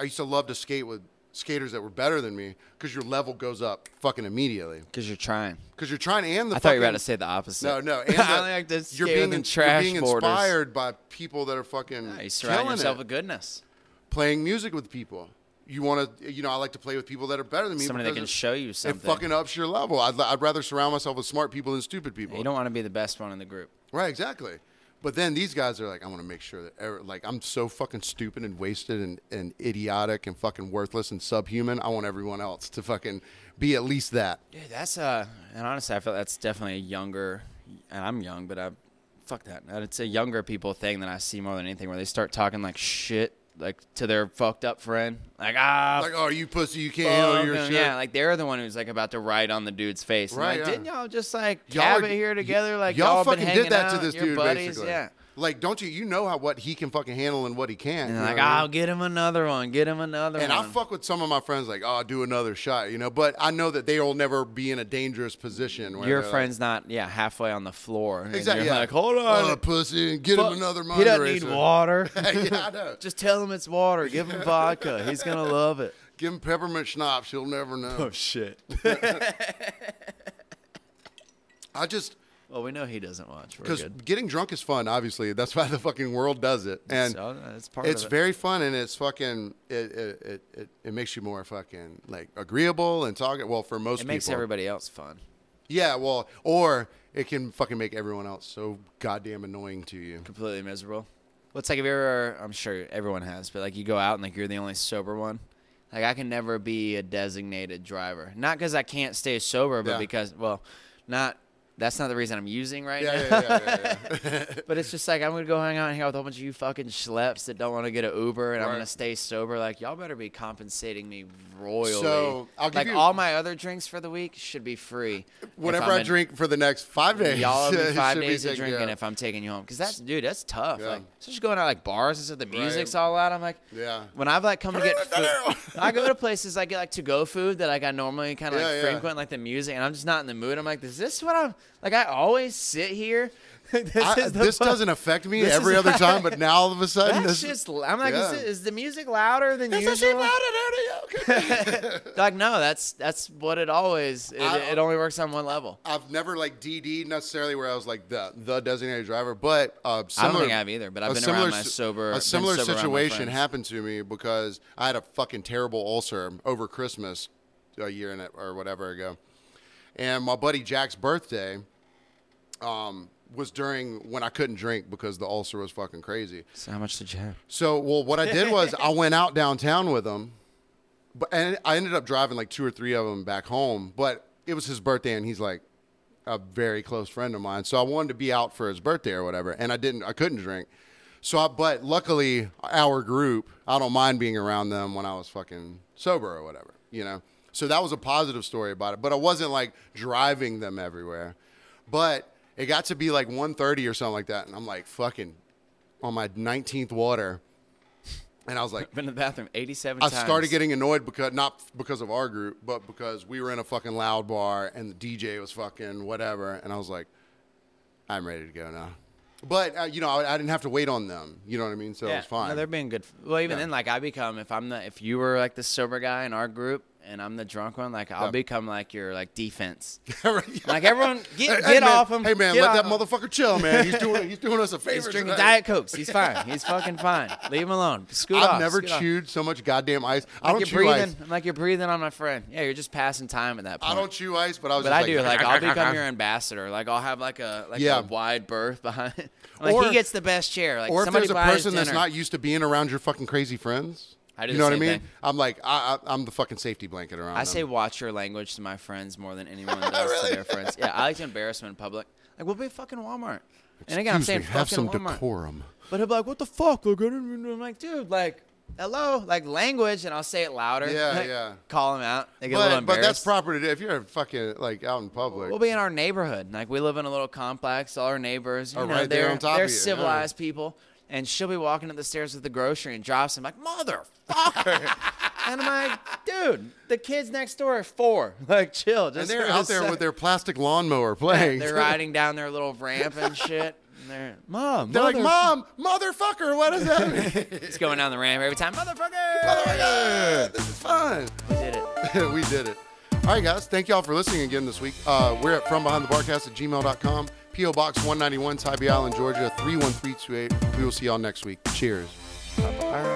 [SPEAKER 2] I used to love to skate with skaters that were better than me because your level goes up fucking immediately
[SPEAKER 1] Because you're trying.
[SPEAKER 2] because you're trying to and the.
[SPEAKER 1] I thought you were
[SPEAKER 2] fucking-
[SPEAKER 1] about to say the opposite. [LAUGHS]
[SPEAKER 2] No, no.
[SPEAKER 1] I
[SPEAKER 2] And the-
[SPEAKER 1] only like to
[SPEAKER 2] you're
[SPEAKER 1] skate
[SPEAKER 2] being,
[SPEAKER 1] within
[SPEAKER 2] in-
[SPEAKER 1] trash
[SPEAKER 2] you're being
[SPEAKER 1] borders.
[SPEAKER 2] inspired by people that are fucking
[SPEAKER 1] Yeah, you surround
[SPEAKER 2] killing
[SPEAKER 1] yourself
[SPEAKER 2] it,
[SPEAKER 1] with goodness.
[SPEAKER 2] playing music with people. You want to, you know, I like to play with people that are better than me.
[SPEAKER 1] Somebody that
[SPEAKER 2] because
[SPEAKER 1] can
[SPEAKER 2] it-
[SPEAKER 1] show you
[SPEAKER 2] It
[SPEAKER 1] something.
[SPEAKER 2] fucking ups your level. I'd, I'd rather surround myself with smart people than stupid people.
[SPEAKER 1] you don't want to be the best one in the group.
[SPEAKER 2] Right, exactly. But then these guys are like, I want to make sure that, er- like, I'm so fucking stupid and wasted and, and idiotic and fucking worthless and subhuman. I want everyone else to fucking be at least that.
[SPEAKER 1] Dude, that's uh, and honestly, I feel that's definitely a younger, and I'm young, but I, fuck that. And It's a younger people thing that I see more than anything, where they start talking like shit, like to their fucked up friend, like ah,
[SPEAKER 2] Like, oh, you pussy, you can't
[SPEAKER 1] fuck
[SPEAKER 2] handle your
[SPEAKER 1] him.
[SPEAKER 2] shit.
[SPEAKER 1] yeah, like they're the one who's like about to ride on the dude's face. And,
[SPEAKER 2] Right,
[SPEAKER 1] like,
[SPEAKER 2] yeah.
[SPEAKER 1] didn't y'all just like
[SPEAKER 2] Y'all
[SPEAKER 1] cab
[SPEAKER 2] are-
[SPEAKER 1] it here
[SPEAKER 2] y-
[SPEAKER 1] together? Like
[SPEAKER 2] y'all,
[SPEAKER 1] been
[SPEAKER 2] fucking
[SPEAKER 1] hanging
[SPEAKER 2] did that to
[SPEAKER 1] out,
[SPEAKER 2] this
[SPEAKER 1] your
[SPEAKER 2] dude,
[SPEAKER 1] buddies,
[SPEAKER 2] basically.
[SPEAKER 1] yeah.
[SPEAKER 2] Like, don't you? You know how what he can fucking handle and what he
[SPEAKER 1] And
[SPEAKER 2] can't. you
[SPEAKER 1] they're
[SPEAKER 2] know
[SPEAKER 1] like,
[SPEAKER 2] what I mean?
[SPEAKER 1] I'll get him another one. Get him another
[SPEAKER 2] And
[SPEAKER 1] one.
[SPEAKER 2] I fuck with some of my friends, like, oh, do another shot, you know. But I know that they will never be in a dangerous position. Where
[SPEAKER 1] Your
[SPEAKER 2] they're
[SPEAKER 1] friend's not, yeah, halfway on the floor. And
[SPEAKER 2] like, exactly.
[SPEAKER 1] You're
[SPEAKER 2] yeah.
[SPEAKER 1] like, hold
[SPEAKER 2] Oh,
[SPEAKER 1] on.
[SPEAKER 2] pussy, and get
[SPEAKER 1] fuck,
[SPEAKER 2] him another.
[SPEAKER 1] he doesn't need
[SPEAKER 2] moderator." [LAUGHS]
[SPEAKER 1] water. [LAUGHS]
[SPEAKER 2] yeah, I know.
[SPEAKER 1] Just tell him it's water. Give him vodka. He's gonna love
[SPEAKER 2] [LAUGHS]
[SPEAKER 1] it.
[SPEAKER 2] Give him peppermint schnapps. He'll never know.
[SPEAKER 1] shit.
[SPEAKER 2] I just
[SPEAKER 1] Well, we know he doesn't watch. We're
[SPEAKER 2] because
[SPEAKER 1] good.
[SPEAKER 2] getting drunk is fun. Obviously, that's why the fucking world does it, and
[SPEAKER 1] So, uh, it's part
[SPEAKER 2] it's
[SPEAKER 1] of it.
[SPEAKER 2] very fun. And it's fucking it it, it it it makes you more fucking like agreeable and talking. Well, for most
[SPEAKER 1] it makes
[SPEAKER 2] people,
[SPEAKER 1] everybody else fun.
[SPEAKER 2] yeah. Well, or it can fucking make everyone else so goddamn annoying to you.
[SPEAKER 1] Completely miserable. Well, it's like if you ever, I'm sure everyone has, but like you go out and like you're the only sober one. Like I can never be a designated driver, not because I can't stay sober, but
[SPEAKER 2] Yeah.
[SPEAKER 1] because well, not. That's not the reason I'm using right
[SPEAKER 2] Yeah,
[SPEAKER 1] now.
[SPEAKER 2] yeah, yeah, yeah,
[SPEAKER 1] [LAUGHS]
[SPEAKER 2] yeah.
[SPEAKER 1] But it's just like I'm gonna go hang out and hang out with a whole bunch of you fucking schleps that don't want to get an Uber, and I'm
[SPEAKER 2] Right.
[SPEAKER 1] gonna stay sober. Like y'all better be compensating me royally.
[SPEAKER 2] So, I'll give
[SPEAKER 1] like
[SPEAKER 2] you-
[SPEAKER 1] all my other drinks for the week should be free. if
[SPEAKER 2] Whenever
[SPEAKER 1] I'm
[SPEAKER 2] I
[SPEAKER 1] in-
[SPEAKER 2] drink [LAUGHS] for the next five days,
[SPEAKER 1] y'all will
[SPEAKER 2] [LAUGHS] it
[SPEAKER 1] be five
[SPEAKER 2] should
[SPEAKER 1] days of
[SPEAKER 2] taken
[SPEAKER 1] drinking
[SPEAKER 2] care
[SPEAKER 1] if I'm taking you home. Cause that's dude, that's tough.
[SPEAKER 2] Yeah.
[SPEAKER 1] Like so just going out like bars and stuff. The music's all loud. I'm like, [LAUGHS]
[SPEAKER 2] Yeah.
[SPEAKER 1] When I've like come to get
[SPEAKER 2] Come here,
[SPEAKER 1] food, I go to places I get like to go food that like I normally kind of
[SPEAKER 2] Yeah,
[SPEAKER 1] like
[SPEAKER 2] yeah.
[SPEAKER 1] frequent, like the music, and I'm just not in the mood. I'm like, is this what I'm like? I always sit here. [LAUGHS] this
[SPEAKER 2] I-
[SPEAKER 1] is the
[SPEAKER 2] this
[SPEAKER 1] fu-
[SPEAKER 2] doesn't affect me
[SPEAKER 1] This is
[SPEAKER 2] every
[SPEAKER 1] [LAUGHS]
[SPEAKER 2] other
[SPEAKER 1] why-
[SPEAKER 2] time, but now all of a sudden,
[SPEAKER 1] That's
[SPEAKER 2] this,
[SPEAKER 1] just. I'm like,
[SPEAKER 2] Yeah.
[SPEAKER 1] is, it, is the music louder than
[SPEAKER 2] This is
[SPEAKER 1] usual?
[SPEAKER 2] loud and out of you.
[SPEAKER 1] Like, no, that's that's what it always. It,
[SPEAKER 2] I-
[SPEAKER 1] it only works on one level.
[SPEAKER 2] I've never like DD necessarily where I was like the the designated driver, but uh, similar,
[SPEAKER 1] think I have either, but I've
[SPEAKER 2] a
[SPEAKER 1] been around
[SPEAKER 2] similar
[SPEAKER 1] my
[SPEAKER 2] si-
[SPEAKER 1] sober-
[SPEAKER 2] A
[SPEAKER 1] been
[SPEAKER 2] similar
[SPEAKER 1] sober around my
[SPEAKER 2] situation
[SPEAKER 1] friends.
[SPEAKER 2] happened to me because I had a fucking terrible ulcer over Christmas a year and a- or whatever ago, and my buddy Jack's birthday. Um, was during when I couldn't drink because the ulcer was fucking crazy.
[SPEAKER 1] So how much did you have?
[SPEAKER 2] So, well, what I did was I went out downtown with him, but and I ended up driving like two or three of them back home. But it was his birthday, and he's like a very close friend of mine, so I wanted to be out for his birthday or whatever, and I didn't, I couldn't drink. So, I, but luckily, our group, I don't mind being around them when I was fucking sober or whatever, you know. So that was a positive story about it, but I wasn't like driving them everywhere. But it got to be like 1.30 or something like that, and I'm like fucking on my 19th water, and I was like,
[SPEAKER 1] Been in the bathroom 87 [LAUGHS]
[SPEAKER 2] I
[SPEAKER 1] times.
[SPEAKER 2] started getting annoyed because not because of our group, but because we were in a fucking loud bar and the DJ was fucking whatever, and I was like, I'm ready to go now. But uh, you know, I, I didn't have to wait on them. You know what I mean? So it was
[SPEAKER 1] No,
[SPEAKER 2] fine.
[SPEAKER 1] they're being good. Well, even
[SPEAKER 2] Yeah.
[SPEAKER 1] then, like I become if I'm the if you were like the sober guy in our group and I'm the drunk one, like I'll
[SPEAKER 2] Yeah.
[SPEAKER 1] become like your like
[SPEAKER 2] [LAUGHS]
[SPEAKER 1] defense. [LAUGHS]
[SPEAKER 2] Right.
[SPEAKER 1] Like everyone,
[SPEAKER 2] Hey,
[SPEAKER 1] get
[SPEAKER 2] hey,
[SPEAKER 1] get
[SPEAKER 2] man.
[SPEAKER 1] off him.
[SPEAKER 2] Hey man,
[SPEAKER 1] Get
[SPEAKER 2] let
[SPEAKER 1] off
[SPEAKER 2] that
[SPEAKER 1] him.
[SPEAKER 2] motherfucker chill, man. He's doing he's doing us a favor.
[SPEAKER 1] He's drinking
[SPEAKER 2] tonight.
[SPEAKER 1] diet cokes. He's fine. He's fucking fine. Leave him alone. Scoot
[SPEAKER 2] I've
[SPEAKER 1] off.
[SPEAKER 2] never
[SPEAKER 1] scoot off.
[SPEAKER 2] chewed so much goddamn ice. I
[SPEAKER 1] Like
[SPEAKER 2] don't
[SPEAKER 1] you're
[SPEAKER 2] chew ice.
[SPEAKER 1] breathing. I'm like you're breathing on my friend. Yeah, you're just passing time at that point.
[SPEAKER 2] I [LAUGHS] don't chew ice, but I was.
[SPEAKER 1] But
[SPEAKER 2] just
[SPEAKER 1] I do.
[SPEAKER 2] like
[SPEAKER 1] Like I'll become your ambassador. Like I'll have like a like
[SPEAKER 2] Yeah.
[SPEAKER 1] a wide berth behind. [LAUGHS] like
[SPEAKER 2] Or-
[SPEAKER 1] he gets the best chair. Like
[SPEAKER 2] or if
[SPEAKER 1] somebody
[SPEAKER 2] there's a
[SPEAKER 1] buys
[SPEAKER 2] person that's
[SPEAKER 1] dinner.
[SPEAKER 2] not used to being around your fucking crazy friends,
[SPEAKER 1] I do the
[SPEAKER 2] you know what I
[SPEAKER 1] same
[SPEAKER 2] mean?
[SPEAKER 1] thing.
[SPEAKER 2] I'm like, I, I, I'm the fucking safety blanket around.
[SPEAKER 1] I
[SPEAKER 2] them.
[SPEAKER 1] say watch your language to my friends more than
[SPEAKER 2] [LAUGHS]
[SPEAKER 1] anyone does to their friends. Yeah, I like to embarrass them in public. Like we'll be at fucking Walmart. and again, I'm
[SPEAKER 2] Excuse
[SPEAKER 1] saying
[SPEAKER 2] me, have
[SPEAKER 1] fucking
[SPEAKER 2] some
[SPEAKER 1] Walmart.
[SPEAKER 2] decorum.
[SPEAKER 1] But he'll be like, "What the fuck?" Like, I didn't mean to-" I'm like, dude, like, hello, like language, and I'll say it louder.
[SPEAKER 2] Yeah,
[SPEAKER 1] [LAUGHS] Like,
[SPEAKER 2] yeah.
[SPEAKER 1] Call him out. They get a little
[SPEAKER 2] But, but
[SPEAKER 1] embarrassed.
[SPEAKER 2] that's proper to do. If you're fucking like out in public,
[SPEAKER 1] We'll be in our neighborhood. Like we live in a little complex. All our neighbors, you
[SPEAKER 2] Are
[SPEAKER 1] know,
[SPEAKER 2] Oh, right there
[SPEAKER 1] they're
[SPEAKER 2] on top of
[SPEAKER 1] they're
[SPEAKER 2] you, yeah.
[SPEAKER 1] civilized people. And she'll be walking up the stairs with the grocery and drops him like motherfucker.
[SPEAKER 2] [LAUGHS]
[SPEAKER 1] and I'm like, dude, the kids next door are four. [LAUGHS] Like, chill. Just
[SPEAKER 2] and they're
[SPEAKER 1] for a
[SPEAKER 2] out there with
[SPEAKER 1] sec."
[SPEAKER 2] their plastic lawnmower playing. [LAUGHS]
[SPEAKER 1] They're riding down their little ramp and shit. And they're mom.
[SPEAKER 2] They're like,
[SPEAKER 1] mother-"
[SPEAKER 2] "Mom, motherfucker, what does that mean?"
[SPEAKER 1] [LAUGHS]
[SPEAKER 2] [LAUGHS]
[SPEAKER 1] It's going down the ramp every time. Motherfucker.
[SPEAKER 2] Yeah, this is fun.
[SPEAKER 1] We did it.
[SPEAKER 2] [LAUGHS] we did it. All right, guys. Thank y'all for listening again this week. Uh, we're at FromBehindTheBarcast at gmail.com, P.O. Box 191, Tybee Island, Georgia, 31328. We will see y'all next week. Cheers. Bye-bye.